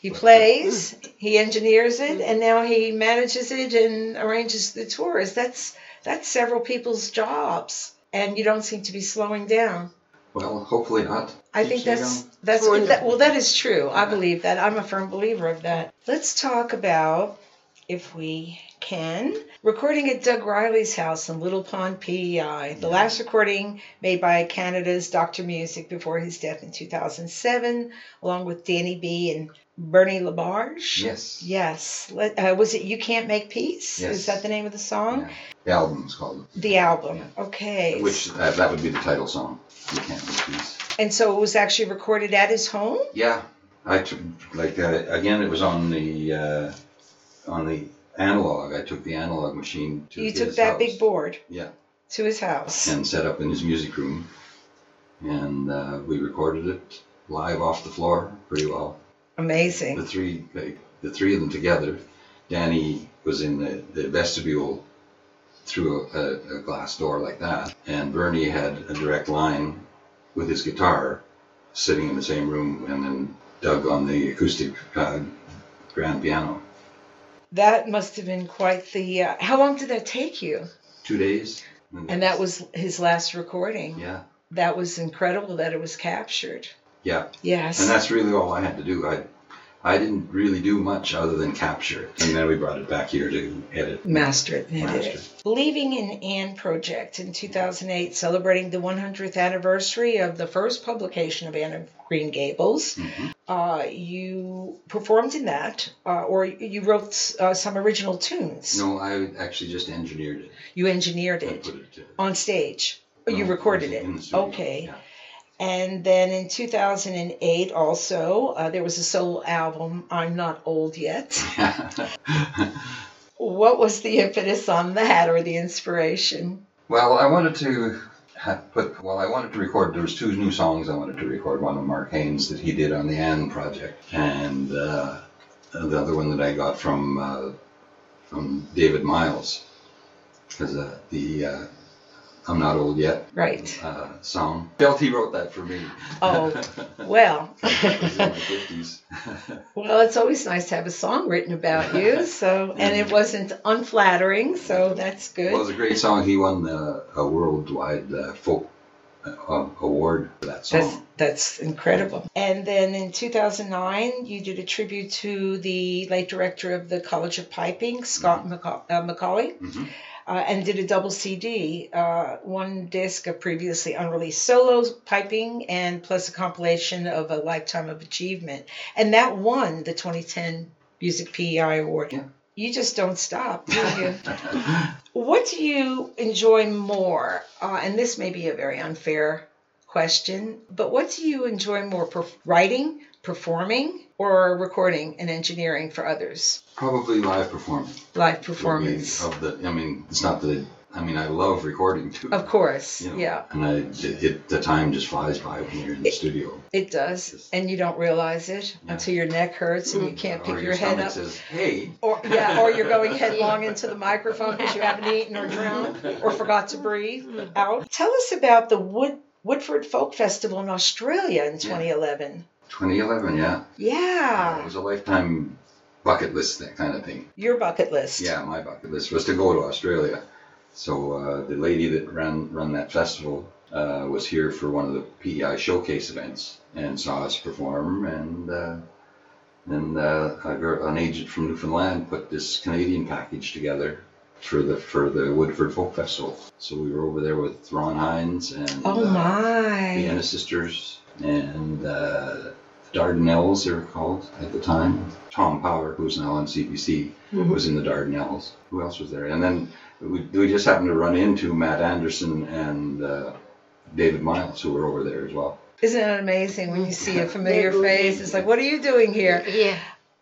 He
Right. (laughs)
plays, he engineers it, and now he manages it and arranges the tours. That's that's several people's jobs, and you don't seem to be slowing down.
well, hopefully not.
I
Keeps
think
you
that's
young.
that's
Or-
that, well that is true. I believe that. I'm a firm believer of that. Let's talk about if we can recording at Doug Riley's house in Little Pond, PEI. The last recording made by Canada's Dr. Music before his death in 2007, along with Danny B and Bernie Labarge.
Yes.
Yes. Let, uh, was it You Can't Make Peace?
Yes.
Is that the name of the song?
Yeah. The album's called,
The album. Okay.
which uh, that would be the title song. You can't refuse.
and so it was actually recorded at his home?
Yeah, I took like uh, again. It was on the uh, on the analog. I took the analog machine to
you
his
took that
house
big board.
Yeah.
To his house.
and set up in his music room, and uh, we recorded it live off the floor pretty well. The
Amazing.
three like, the three of them together. Danny was in the, the vestibule through a, a, a glass door like that, and Bernie had a direct line with his guitar, sitting in the same room, and then Doug on the acoustic uh, grand piano.
That must have been quite the. Uh, how long did that take you?
Two days.
And that was his last recording.
yeah,
That was incredible that it was captured.
yeah. And
Yes.
that's really all I had to do. I I didn't really do much other than capture it, and then we brought it back here to edit.
Master it and edit
Master.
it. Believing in Anne project in 2008, celebrating the 100th anniversary of the first publication of Anne of Green Gables.
Mhm.
Uh, you performed in that, uh, or you wrote uh, some original tunes.
No, I actually just engineered it.
You engineered
I
it
put it to-
on stage. Oh,
no,
you recorded it.
in the studio,
Okay.
yeah.
And then in 2008, also, uh, there was a solo album, I'm Not Old Yet. What was the impetus on that or the inspiration?
(laughs) well, I wanted to ha- put. Well, I wanted to record. There was two new songs I wanted to record. One of Mark Haynes that he did on the Anne project, and uh, the other one that I got from uh, from David Miles, because uh, the uh, I'm not old yet.
Right.
uh, song. Delty wrote that for me. (laughs)
Oh, well.
It was in my 50s. (laughs)
Well, it's always nice to have a song written about you. So, and it wasn't unflattering, so that's
Mm. Well, it
good.
was a great song. He won the, a worldwide uh, folk uh, award for that song.
That's that's incredible. And then in 2009, you did a tribute to the late director of the College of Piping, Scott McCau- uh, Macaulay,
Mhm.
uh, and did a double CD, uh, one disc of previously unreleased solos, piping, and plus a compilation of a lifetime of achievement. And that won the 2010 Music PEI Award.
Yeah.
You just don't stop, do
(laughs)
you? What do you enjoy more? Uh, and this may be a very unfair question, but what do you enjoy more, perf- writing, performing, or recording and engineering for others?
Probably live performance.
Live
would be
performance.
Of the, I mean, it's not that. I mean, I love recording too.
Of course,
you know,
yeah,
And I, it, it- the time just flies by when you're in the studio.
it does. And you don't realize it
Yeah. Mm-hmm.
until your neck hurts and you can't
or
pick your head
stomach
up.
Says, "Hey." (laughs)
Or yeah, or you're going headlong into the microphone because you haven't eaten or drowned or forgot to breathe
Mm-hmm.
out. Tell us about the Wood Woodford Folk Festival in Australia in 2011.
2011, yeah. It
Yeah,
was a lifetime bucket list that kind of thing.
your bucket list.
Yeah, my bucket list was to go to Australia. So uh, the lady that ran run that festival uh, was here for one of the PEI showcase events and saw us perform, and uh, then uh, a girl, an agent from Newfoundland put this Canadian package together for the for the Woodford Folk Festival. So we were over there with Ron Hines and uh,
Oh
the
my.
Anna Sisters and uh, Dardanelles, they were called at the time. Tom Power, who's now on CBC, was in the Dardanelles. Who else was there? And then we, we just happened to run into Matt Anderson and uh, David Miles, who were over there as well.
Isn't it amazing when you see a
Mm-hmm.
familiar
Yeah.
face? It's like, what are you doing here?
Yeah.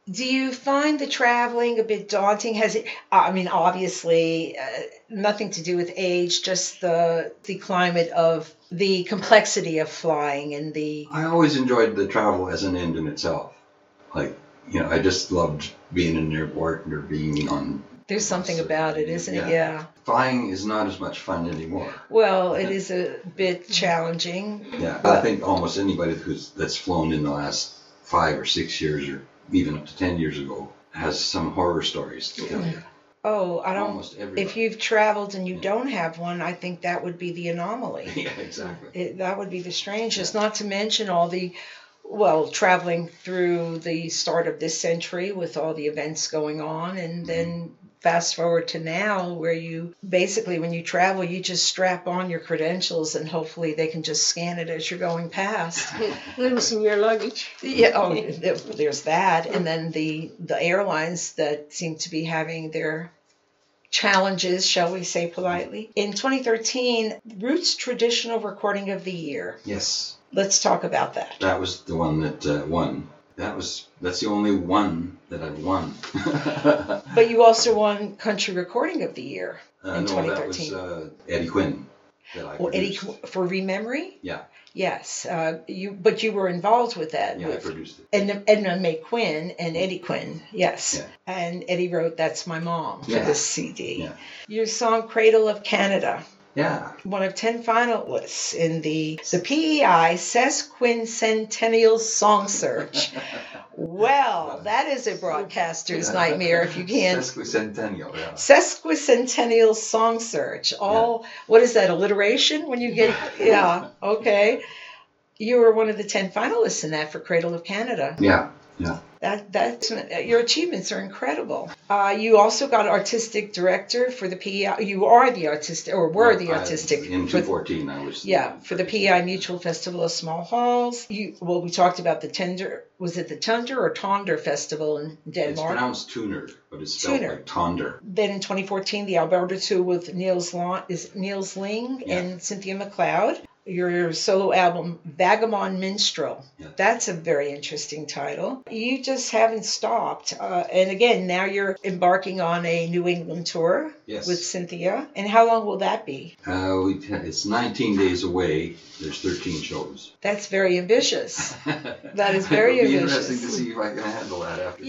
Do you find the traveling a bit daunting? Has it? I mean, obviously, uh, nothing to do with age, just the the climate of the complexity of flying and the.
I always enjoyed the travel as an end in itself. Like, you know, I just loved being in an airport or being on.
There's something about it, isn't it?
Yeah.
Yeah.
Flying is not as much fun anymore.
Well, it is a bit challenging.
Yeah, I think almost anybody who's that's flown in the last five or six years, or even up to ten years ago, has some horror stories to tell you.
Oh, I don't.
Almost everybody.
If you've traveled and you don't have one, I think that would be the anomaly.
(laughs) yeah, exactly.
It, that would be the strangest, not to mention all the, well, traveling through the start of this century with all the events going on, and then fast forward to now, where you basically, when you travel, you just strap on your credentials and hopefully they can just scan it as you're going past.
Losing your luggage.
yeah, oh, there- there's that, and then the the airlines that seem to be having their challenges, shall we say politely. In 2013, Roots Traditional Recording of the Year.
Yes,
Let's talk about that.
that was the one that uh, won. That was that's the only one that I've won. (laughs) uh,
But you also won Country Recording of the Year. In
no, that was
2013.
uh, Eddie Quinn that I
Well, Eddie,
produced.
for Rememory?
Yeah.
Yes. Uh, you, but you were involved with that.
Yeah, I
with
produced it.
Edna, Edna Mae Quinn and Eddie Quinn. Yes.
Yeah.
And Eddie wrote That's My Mom for
Yeah.
this CD.
Yeah.
Your song Cradle of Canada, (laughs)
Yeah,
one of 10 finalists in the, the E PEI Sesquicentennial
(laughs)
Song Search. well, that is a broadcaster's
(laughs)
nightmare if you can't
Sesquicentennial. Yeah.
sesquicentennial song search all what is that alliteration when you get
(laughs)
yeah okay you were one of the 10 finalists in that for cradle of canada
Yeah.
that that's your achievements are incredible uh, you also got artistic director for the pei you are the artistic or were the
I-
artistic
in
for-
2014? I was
yeah, for the PEI Mutual Festival of Small Halls. You well, we talked about the Tender. Was it the Tender or Tonder Festival in
It's
Denmark?
pronounced Tuner, but it's spelled
Tuner.
like Tonder.
Then in 2014, the Alberta Two with Niels, Lon- is Niels Ling
Yeah.
and Cynthia McLeod. Your solo album, Vagabond Minstrel.
Yeah.
That's a very interesting title. You just haven't stopped. Uh, and again, now you're embarking on a New England tour
Yes.
with Cynthia. And how long will that be?
Uh, we it's 19 days away. There's 13
(laughs)
shows.
That's
(laughs)
very ambitious.
that
is very
It'll be
ambitious.
interesting to see if I can handle that after. two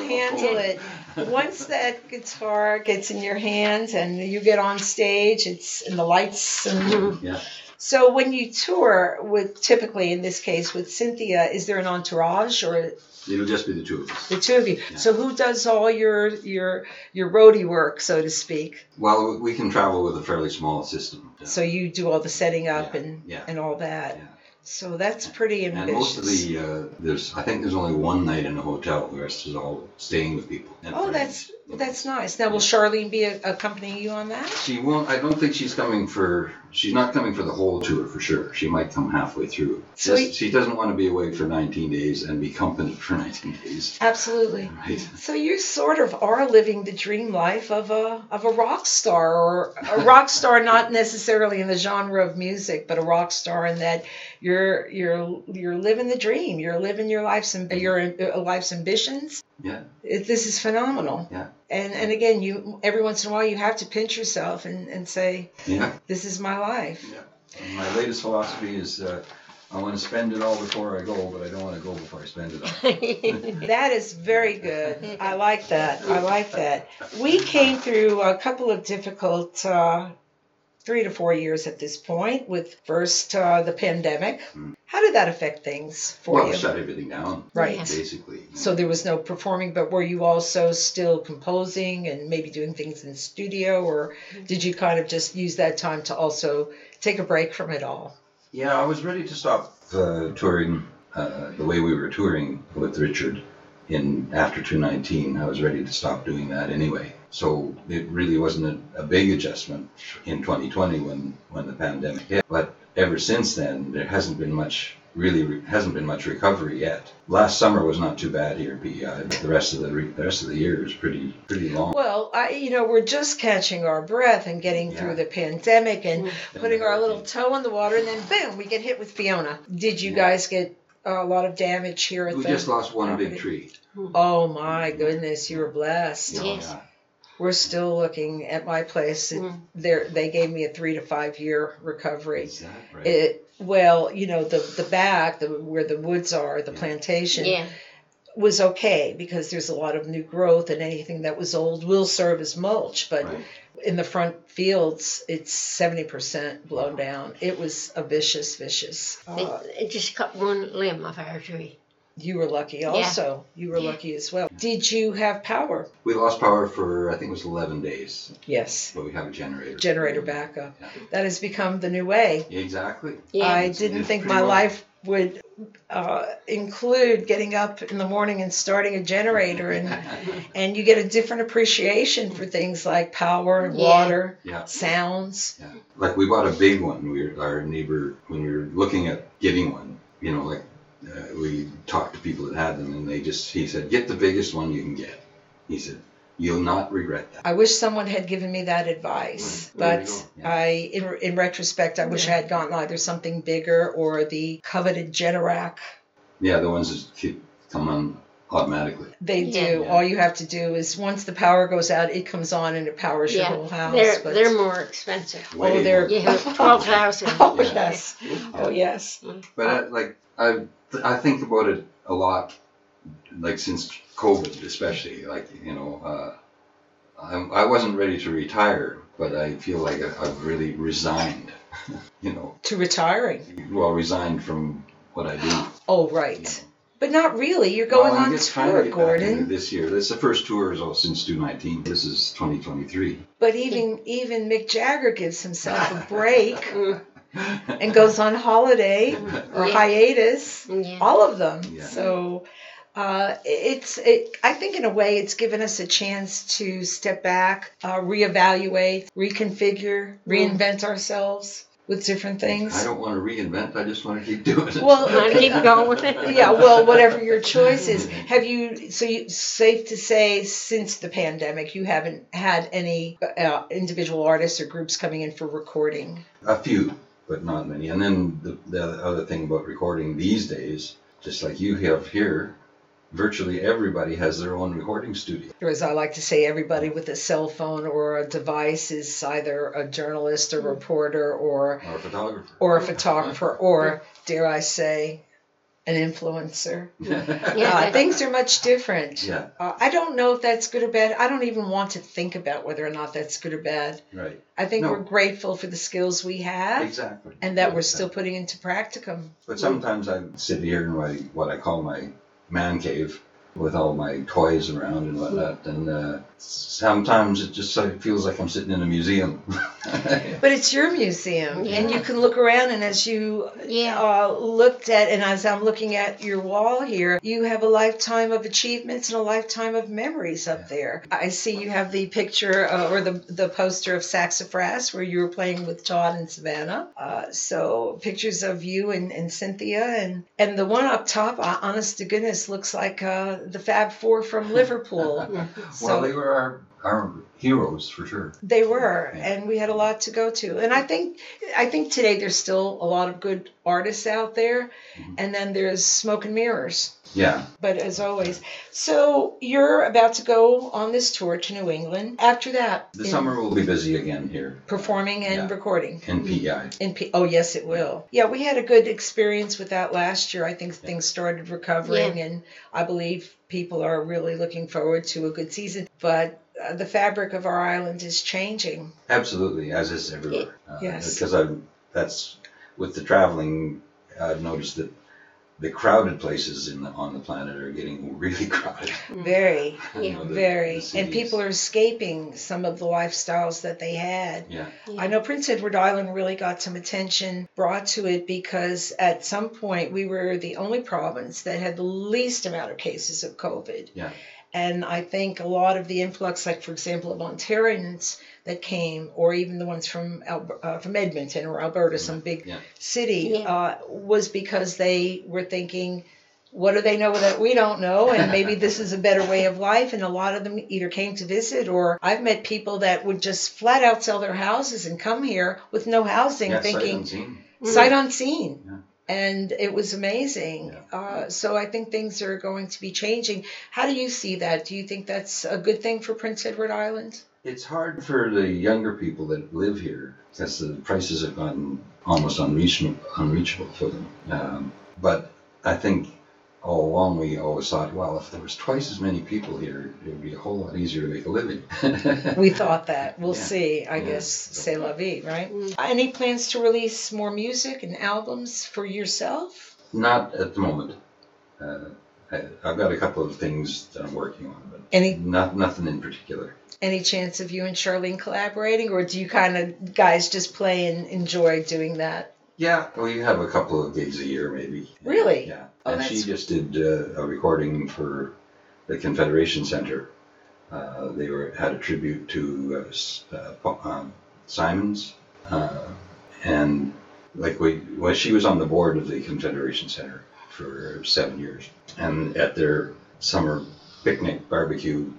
years of
handle
COVID. (laughs)
it. Once that guitar gets in your hands and you get on stage, it's and the lights and
Yeah.
So when you tour with typically in this case with Cynthia, is there an entourage or
It'll just be the two of us.
the two of you? So who does all your your your roadie work, so to speak?
Well, we can travel with a fairly small system.
So you do all the setting up
Yeah,
and
yeah.
and all that.
Yeah.
So that's pretty
And most of
ambitious.
the uh, there's I think there's only one night in a hotel. The rest is all staying with people. and
Oh, that's
friends.
that's nice. Now will Charlene be a- accompanying you on that?
She won't. I don't think she's coming for. She's not coming for the whole tour for sure. She might come halfway through.
So
Just- she doesn't want to be away for 19 days and be company for (laughs) 19 days.
Absolutely.
Right.
So you sort of are living the dream life of a of a rock star, or a rock star not necessarily in the genre of music, but a rock star in that you're you're you're living the dream. You're living your life's amb- your uh, life's ambitions.
Yeah.
It, this is phenomenal.
Yeah.
And and again, you every once in a while you have to pinch yourself and and say
Yeah.
this is my life.
And my latest philosophy is uh, I want to spend it all before I go, but I don't want to go before I spend it all.
That is very good. I like that. I like that. We came through a couple of difficult uh, three to four years at this point with first uh, the pandemic. How did that affect things for
well,
you?
shut everything down.
Right.
Basically.
So there was no performing, but were you also still composing and maybe doing things in the studio, or did you kind of just use that time to also take a break from it all?
Yeah, I was ready to stop uh, touring uh, the way we were touring with Richard in after 219. I was ready to stop doing that anyway. So it really wasn't a, a big adjustment in 2020 when when the pandemic hit. But ever since then, there hasn't been much. Really re- hasn't been much recovery yet. Last summer was not too bad here in PEI, but the rest of the re- the rest of the year is pretty pretty long.
Well, I, you know, we're just catching our breath and getting through the pandemic and putting our little toe in the water, and then boom, we get hit with Fiona. Did you guys get a lot of damage here at
We
the?
just lost one big tree.
oh my goodness, you were blessed.
Yes.
Yeah.
We're still looking at my place. It, there, they gave me a three to five year recovery.
Is that right?
It well, you know, the the back, the where the woods are, the plantation
Yeah.
was okay because there's a lot of new growth, and anything that was old will serve as mulch, but
Right.
in the front fields, it's 70% blown down. It was a vicious, vicious.
It,
Uh,
it just cut one limb off our tree.
you were lucky also. You were lucky as well. Did you have power?
We lost power for I think it was 11 days,
Yes.
but we have a generator.
Generator backup.
Yeah.
That has become the new way.
Exactly.
Yeah.
I
It's-
didn't
it's
think
pretty
my
well-
life would uh, include getting up in the morning and starting a generator
(laughs)
and and you get a different appreciation for things like power and
Yeah.
water
Yeah.
sounds
Yeah. Like we bought a big one. We were, our neighbor when we were looking at getting one, you know, like uh, we talked to people that had them, and they just he said, "Get the biggest one you can get." He said, "You'll not regret that."
I wish someone had given me that advice,
Right. There
but
you go. Yeah.
I, in, in retrospect, I wish I had gotten either something bigger or the coveted Generac.
Yeah, the ones that keep- come on automatically.
They
Yeah.
do.
Yeah.
All you have to do is once the power goes out, it comes on and it powers
yeah.
your whole house.
they're
but
they're more expensive.
Way
Oh, they're-
more-
Yeah, twelve thousand.
(laughs) oh
Yeah.
yes, oh yes.
But I, like I, I think about it a lot, like since COVID especially. Like you know, uh, I, I wasn't ready to retire, but I feel like I, I've really resigned. (laughs) you know,
To retiring.
well, resigned from what I do.
Oh right, but not really. You're going
Well, I'm
on
just trying to
tour,
get back into
Gordon.
uh, This year, that's the first tour is all since 2019. This is 2023.
But even even Mick Jagger gives himself
(laughs)
a break
Mm-hmm.
and goes on holiday or hiatus.
Yeah.
All of them.
Yeah.
So uh, it's it, I think in a way it's given us a chance to step back, uh, reevaluate, reconfigure, reinvent ourselves with
(laughs)
different
Mm-hmm. I
things.
don't want to reinvent. I just want to keep doing it.
Well,
I keep going.
yeah. Well,
(laughs)
whatever your choice is,
Mm-hmm.
have you? So you safe to say since the pandemic, you haven't had any uh, individual artists or groups coming in for recording.
A few, but not many. And then the, the other thing about recording these days, just like you have here, virtually everybody has their own recording studio.
Or as I like to say, everybody with a cell phone or a device is either a journalist,
Mm-hmm.
a reporter, or
Or a photographer.
or a photographer, or dare I say, an influencer. Uh,
Yeah.
things are much
(laughs)
different.
Yeah.
Uh, I don't know if that's good or bad. I don't even want to think about whether or not that's good or bad.
Right.
I think
No.
we're grateful for the skills we have
Exactly.
and that we're still
Exactly.
putting into practicum.
But sometimes I sit here in my what I call my man cave with all my toys around and whatnot, and uh, sometimes it just sort of feels like I'm sitting in a museum. (laughs)
But it's your museum, and
Yeah.
you can look around. And as you
Yeah.
uh, looked at, and as I'm looking at your wall here, you have a lifetime of achievements and a lifetime of memories up there. I see you have the picture uh, or the the poster of Saxifras where you were playing with Todd and Savannah. Uh, so pictures of you and, and Cynthia, and and the one up top, uh, honest to goodness, looks like uh, the Fab Four from Liverpool.
well, they were our, our heroes for sure.
They were,
Yeah.
and we had a lot to go to. And I think, I think today there's still a lot of good artists out there,
Mm-hmm.
and then there's smoke and mirrors.
Yeah.
But as always, so you're about to go on this tour to New England. After that,
The
in
summer will be busy again here
performing and
Yeah.
recording.
in E PEI.
In P- oh yes, it will. Yeah, we had a good experience with that last year. I think things started recovering, and I believe people are really looking forward to a good season. But uh, the fabric of our island is changing.
Absolutely, as is everywhere. Uh,
Yes.
Because I that's with the traveling, I've noticed that the crowded places in the, on the planet are getting really (laughs) crowded.
Very.
You know, the- the
Very. and
cities.
people are escaping some of the lifestyles that they had.
Yeah.
I know Prince Edward Island really got some attention brought to it because at some point we were the only province that had the least amount of cases of COVID.
Yeah.
And I think a lot of the influx, like for example, of Ontarians that came, or even the ones from Alb- uh, from Edmonton or Alberta, some big
Yeah.
city,
Yeah.
uh, was because they were thinking, what do they know that we don't know? And maybe this is a better way of life. And a lot of them either came to visit, or I've met people that would just flat out sell their houses and come here with no housing,
Yeah, sight
thinking
unseen.
sight unseen.
Mm-hmm. Yeah.
And it was amazing. Uh, so I think things are going to be changing. How do you see that? Do you think that's a good thing for Prince Edward Island?
It's hard for the younger people that live here because the prices have gotten almost unreachable, unreachable for them. Um, but I think all along we always thought, well, if there was twice as many people here, it would be a whole lot easier to make a living. (laughs)
We thought that. We'll
Yeah.
see. I
Yeah. Mm-hmm.
guess c'est la vie, right? Any plans to release more music and albums for yourself?
Not at the moment. Uh, I, I've got a couple of things that I'm working on, but
Any-
not nothing in particular.
any chance of you and Charlene collaborating, or do you kind of guys just play and enjoy doing that?
Yeah, we have a couple of gigs a year, maybe.
Really?
Yeah.
Oh,
and she
that's-
just did uh, a recording for the Confederation Center. Uh, they were had a tribute to uh, S- uh, Pa- um, Simons, uh, and like we, well, she was on the board of the Confederation Center for seven years, and at their summer picnic barbecue.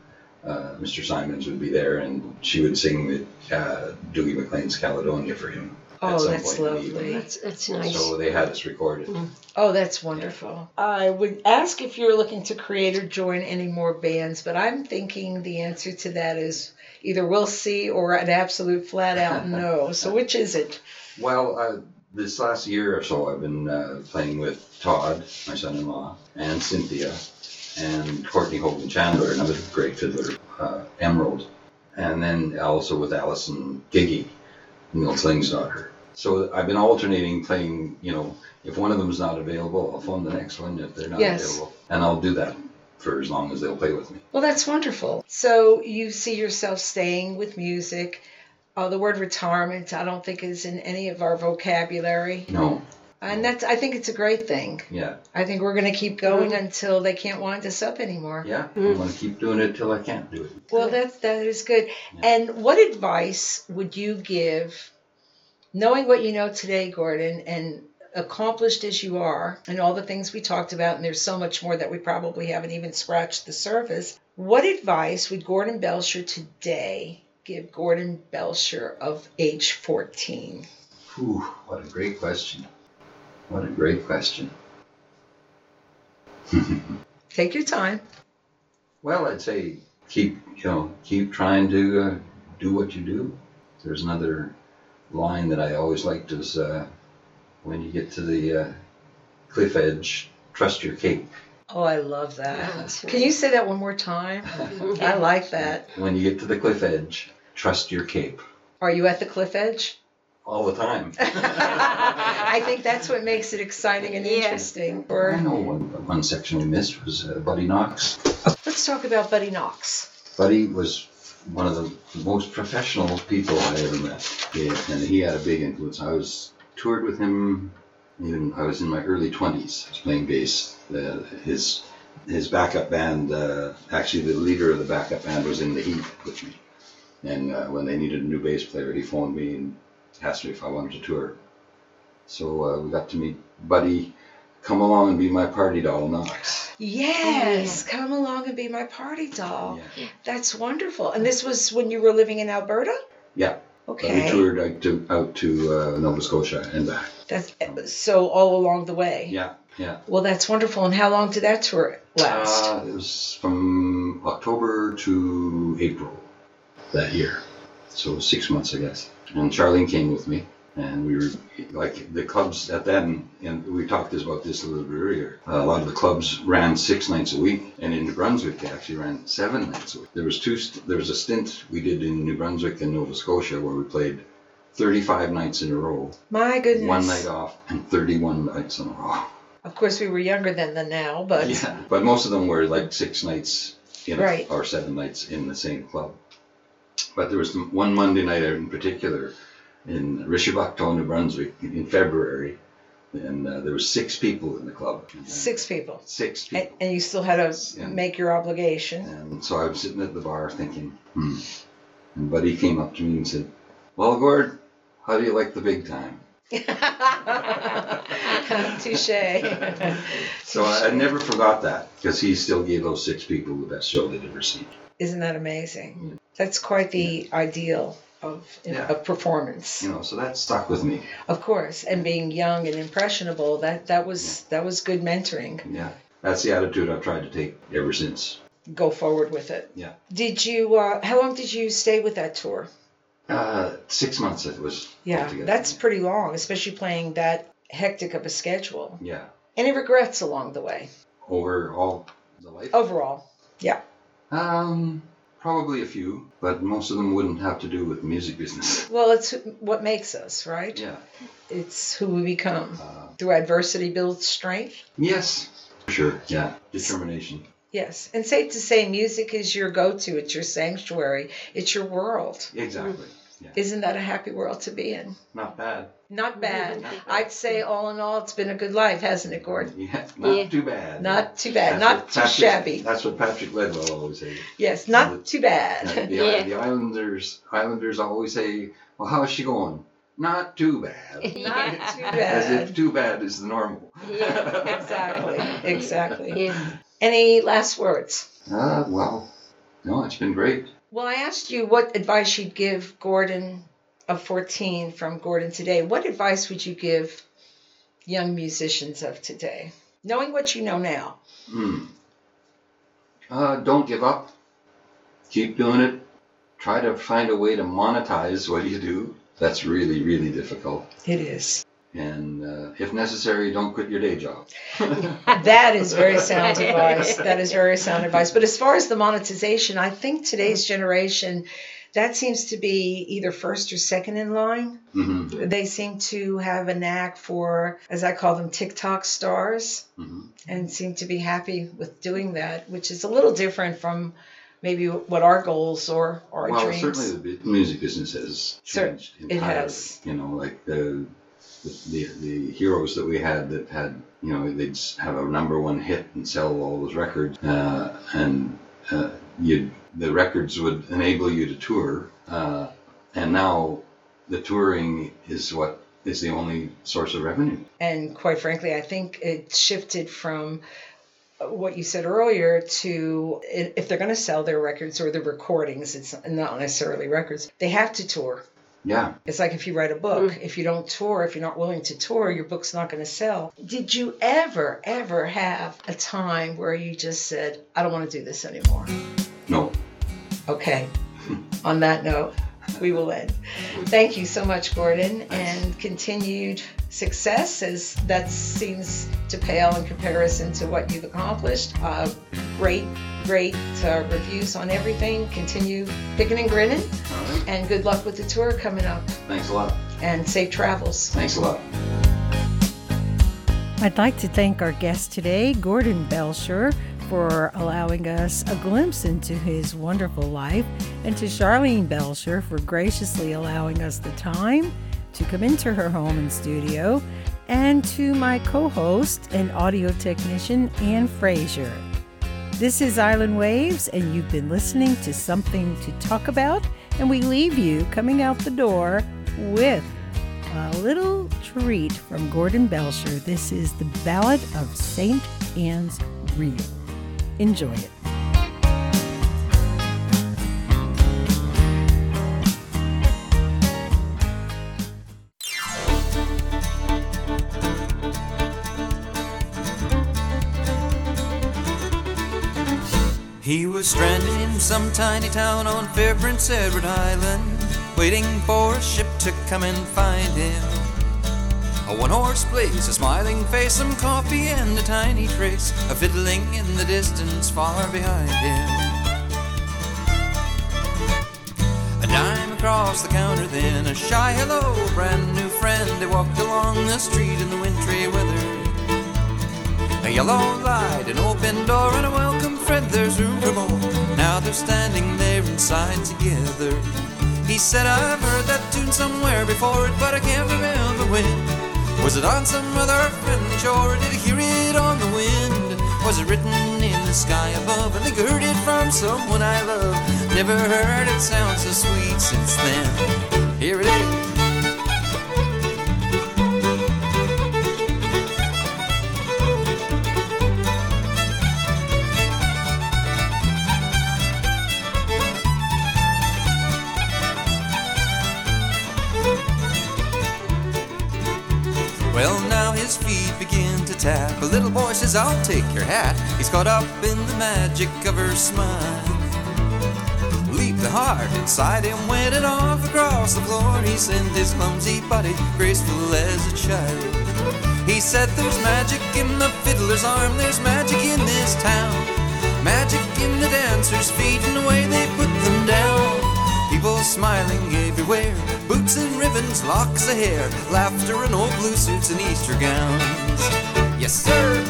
Uh, Mr. Simons would be there, and she would sing uh, Doogie McLean's Caledonia for him. at
Oh,
some
that's
point in the evening.
lovely.
That's, that's nice.
So they had us recorded.
Oh, that's wonderful. I would ask if you're looking to create or join any more bands, but I'm thinking the answer to that is either we'll see or an absolute flat (laughs) out no. So which is it?
Well, uh, this last year or so, I've been uh, playing with Todd, my son-in-law, and Cynthia, and Courtney Hogan Chandler, another great fiddler, uh, Emerald, and then also with Allison Giggy, Neil Kling's daughter. So I've been alternating playing. You know, if one of them's not available, I'll phone the next one. If they're not
Yes.
available, and I'll do that for as long as they'll play with me.
Well, that's wonderful. So you see yourself staying with music. Uh, the word retirement, I don't think, is in any of our vocabulary,
No,
and that's. I think it's a great thing.
yeah,
I think we're going to keep going until they can't wind us up anymore.
yeah. I'm gonna keep doing it till I can't do it.
Well, that's that is good. And what advice would you give, knowing what you know today, Gordon, and accomplished as you are, and all the things we talked about, and there's so much more that we probably haven't even scratched the surface. What advice would Gordon Belcher today give Gordon Belcher of age 14?
Whew, what a great question. What a great question. (laughs)
Take your time.
Well, I'd say keep, you know, keep trying to uh, do what you do. There's another line that I always liked is uh, when you get to the uh, cliff edge, Trust your cake.
Oh, I love that.
that's
Can you say that one more time? I like that.
When you get to the cliff edge, trust your cape.
Are you at the cliff edge?
All the time.
I think that's what makes it exciting and interesting.
I
Or
know one, one section we missed was uh, Buddy Knox.
let's talk about Buddy Knox.
Buddy was one of the most professional people I ever met, yeah, and he had a big influence. I was toured with him. Even I was in my early twenties, playing bass. Uh, his his backup band, uh, actually the leader of the backup band, was in the heat with me. And uh, when they needed a new bass player, he phoned me and asked me if I wanted to tour. So uh, we got to meet Buddy. Come along and be my party doll, Knox.
Yes, come along and be my party doll.
Yeah.
That's wonderful. And this was when you were living in Alberta?
yeah. But Uh, we
Okay.
toured out to, out to uh, Nova Scotia and back.
That's eh, so all along the way.
Yeah, yeah.
Well, that's wonderful. And how long did that tour last?
Uh, it was from October to April that year. So six months, I guess. And Charlene came with me. And we were like the clubs at then, and we talked this about this a little bit earlier. Uh, a lot of the clubs ran six nights a week, and in New Brunswick they actually ran seven nights a week. There was two. St- there was a stint we did in New Brunswick and Nova Scotia where we played 35 nights in a row,
My goodness.
one night off, and 31 nights in a row.
Of course, we were younger then than now, but
Yeah, but most of them were like six nights in a-
Right.
or seven nights in the same club. But there was m- one Monday night out in particular in Rishabakto, New Brunswick, in in February, and uh, there were six people in the club.
six people.
Six
And,
people.
and you still had to
Yeah.
make your obligation.
And so I was sitting at the bar thinking, hmm. And Buddy came up to me and said, "Well, Gord, how do you like the big
(laughs)
time?"
Touche.
So uh, I, I never forgot that because he still gave those six people the best show they'd ever seen.
Isn't that amazing? That's quite the ideal of,
Yeah.
of performance.
You know, so that stuck with me.
Of course, and being young and impressionable, that that was that was good mentoring.
Yeah, that's the attitude I've tried to take ever since.
Go forward with it.
Yeah.
Did you? Uh, how long did you stay with that tour?
Uh, six months it was.
Yeah,
altogether.
that's pretty long, especially playing that hectic of a schedule.
yeah.
Any regrets along the way?
Over all the life.
Oh. Overall,
Um, probably a few, but most of them wouldn't have to do with music
(laughs)
business.
well, it's what makes us, right?
yeah.
It's who we become.
Uh,
Through adversity builds strength.
yes. For sure. Yeah. Determination.
Yes, and safe to say, music is your go-to. It's your sanctuary. It's your world.
Exactly.
Mm.
Yeah.
Isn't that a happy world to be in?
Not bad. (laughs)
Not bad.
Mm-hmm.
I'd say all in all, it's been a good life, hasn't it, Gordon?
Yeah. Not
Yeah.
too bad.
Not too bad.
That's what
Not too
Patrick-
shabby.
That's what Patrick Ledwell always says.
Yes, not too
The,
(laughs) bad.
Yeah.
the Islanders, Islanders always say, "Well, how's she going?" Not too bad.
Not too
As if
bad.
too bad is the normal. (laughs)
Yeah.
Exactly. Exactly.
Yeah.
Any last words?
Uh, well, no, it's been great.
Well, I asked you what advice you'd give Gordon of 14 from Gordon today. What advice would you give young musicians of today, knowing what you know now?
Mm. Uh, don't give up. Keep doing it. Try to find a way to monetize what you do. That's really, really difficult.
It is.
And uh, if necessary, don't quit your day job. (laughs)
That is very sound advice. That is very sound advice. But as far as the monetization, I think
Hmm.
today's generation, that seems to be either first or second in line.
hmm
They seem to have a knack for, as I call them, TikTok stars,
hmm
and seem to be happy with doing that, which is a little different from maybe what our goals or our
Well,
dreams.
certainly the bu- music business has
Cer-
changed
it
entirely.
has.
You know, like the, the the heroes that we had that had you know they'd s- have a number one hit and sell all those records, uh, and uh, you the records would enable you to tour, uh, and now the touring is what is the only source of revenue.
And quite frankly, I think it shifted from what you said earlier to i- if they're going to sell their records or their recordings, it's not necessarily records, they have to tour.
Yeah,
It's like if you write a book, if you don't tour, if you're not willing to tour, your book's not going to sell. Did you ever, ever have a time where you just said, I don't want to do this anymore?
no,
Okay. On that note, we will end. Thank you so much, Gordon, and continued success as that seems to pale in comparison to what you've accomplished. Uh, great, great uh, reviews on everything. Continue picking and grinning,
All right.
and good luck with the tour coming up.
Thanks a lot.
And safe travels.
Thanks a lot.
I'd like to thank our guest today, Gordon Belcher, for allowing us a glimpse into his wonderful life, and to Charlene Belcher for graciously allowing us the time to come into her home and studio, and to my co host and audio technician, Ann Frazier. This is Island Waves, and you've been listening to Something to Talk About, and we leave you coming out the door with a little treat from Gordon Belcher. This is the Ballad of St. Anne's Reel. Enjoy it.
He was stranded in some tiny town on fair Prince Edward Island, waiting for a ship to come and find him. A one horse place, a smiling face, some coffee, and a tiny trace of fiddling in the distance far behind him. A dime across the counter, then a shy hello, brand new friend. They walked along the street in the wintry weather. A yellow light, an open door, and a welcome friend. There's room for more. Now they're standing there inside together. He said, I've heard that tune somewhere before it, but I can't remember when. Was it on some other friendly shore? Did I hear it on the wind? Was it written in the sky above? I think I heard it from someone I love. Never heard it sound so sweet since then. Here it is. Well, now his feet begin to tap. A little boy says, I'll take your hat. He's caught up in the magic of her smile. Leap the heart inside him went and off across the floor. He sent his clumsy body, graceful as a child. He said, There's magic in the fiddler's arm, there's magic in this town. Magic in the dancers' feet and the way they put them down. People smiling everywhere, boots and ribbons, locks of hair, laughter and old blue suits and Easter gowns. Yes, sir.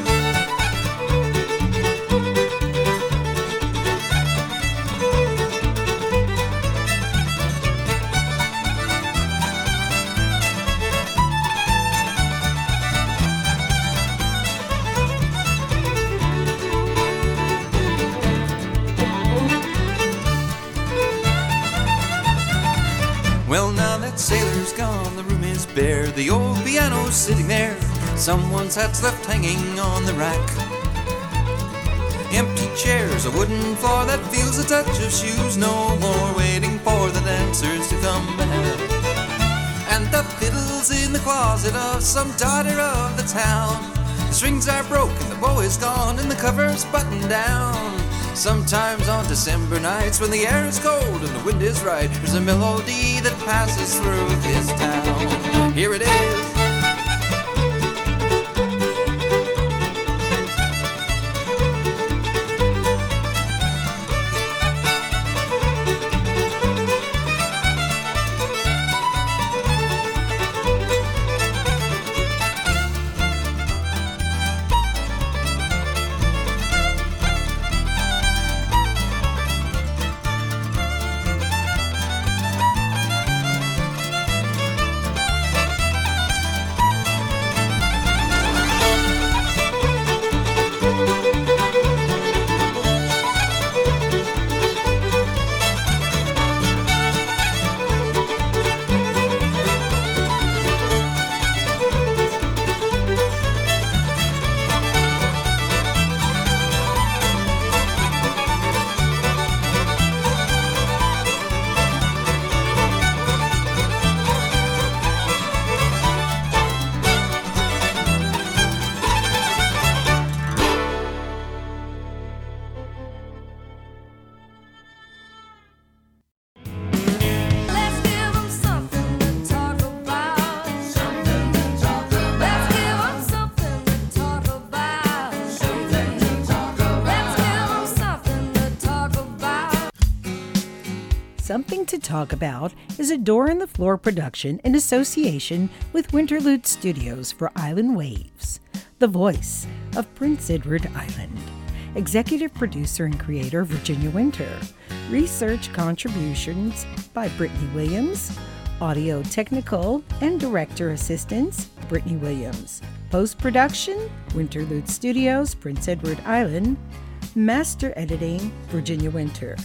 Well, now that sailor's gone, the room is bare. The old piano's sitting there. Someone's hat's left hanging on the rack. Empty chairs, a wooden floor that feels the touch of shoes no more. Waiting for the dancers to come back. And the fiddle's in the closet of some daughter of the town. The strings are broken, the bow is gone, and the cover's buttoned down. Sometimes on December nights, when the air is cold and the wind is right, there's a melody that passes through this town. Here it is.
Something to Talk About is a door in the floor production in association with Winterlude Studios for Island Waves, the voice of Prince Edward Island. Executive producer and creator Virginia Winter. Research contributions by Brittany Williams. Audio technical and director assistance Brittany Williams. Post production Winterlude Studios, Prince Edward Island. Master Editing, Virginia Winter.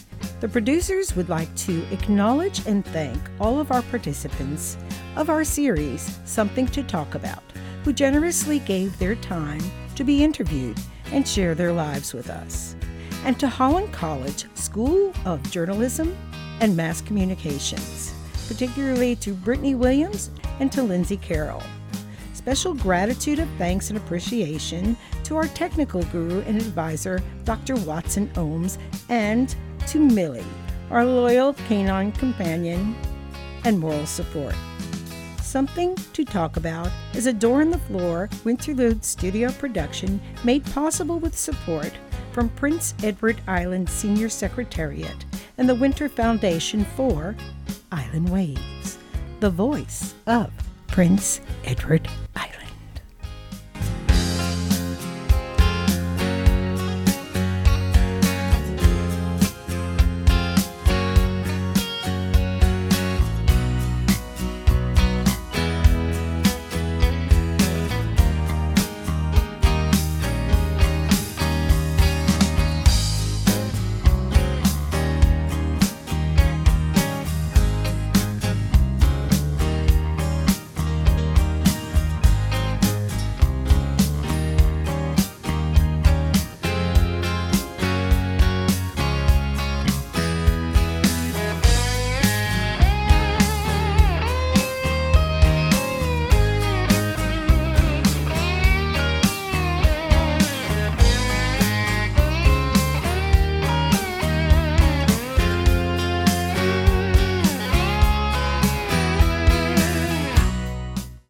The producers would like to acknowledge and thank all of our participants of our series, Something to Talk About, who generously gave their time to be interviewed and share their lives with us. And to Holland College School of Journalism and Mass Communications, particularly to Brittany Williams and to Lindsay Carroll. Special gratitude of thanks and appreciation to our technical guru and advisor, Dr. Watson Ohms, and to Millie, our loyal canine companion and moral support. Something to Talk About is a door in the floor Winterlude studio production made possible with support from Prince Edward Island Senior Secretariat and the Winter Foundation for Island Waves, the voice of Prince Edward Island.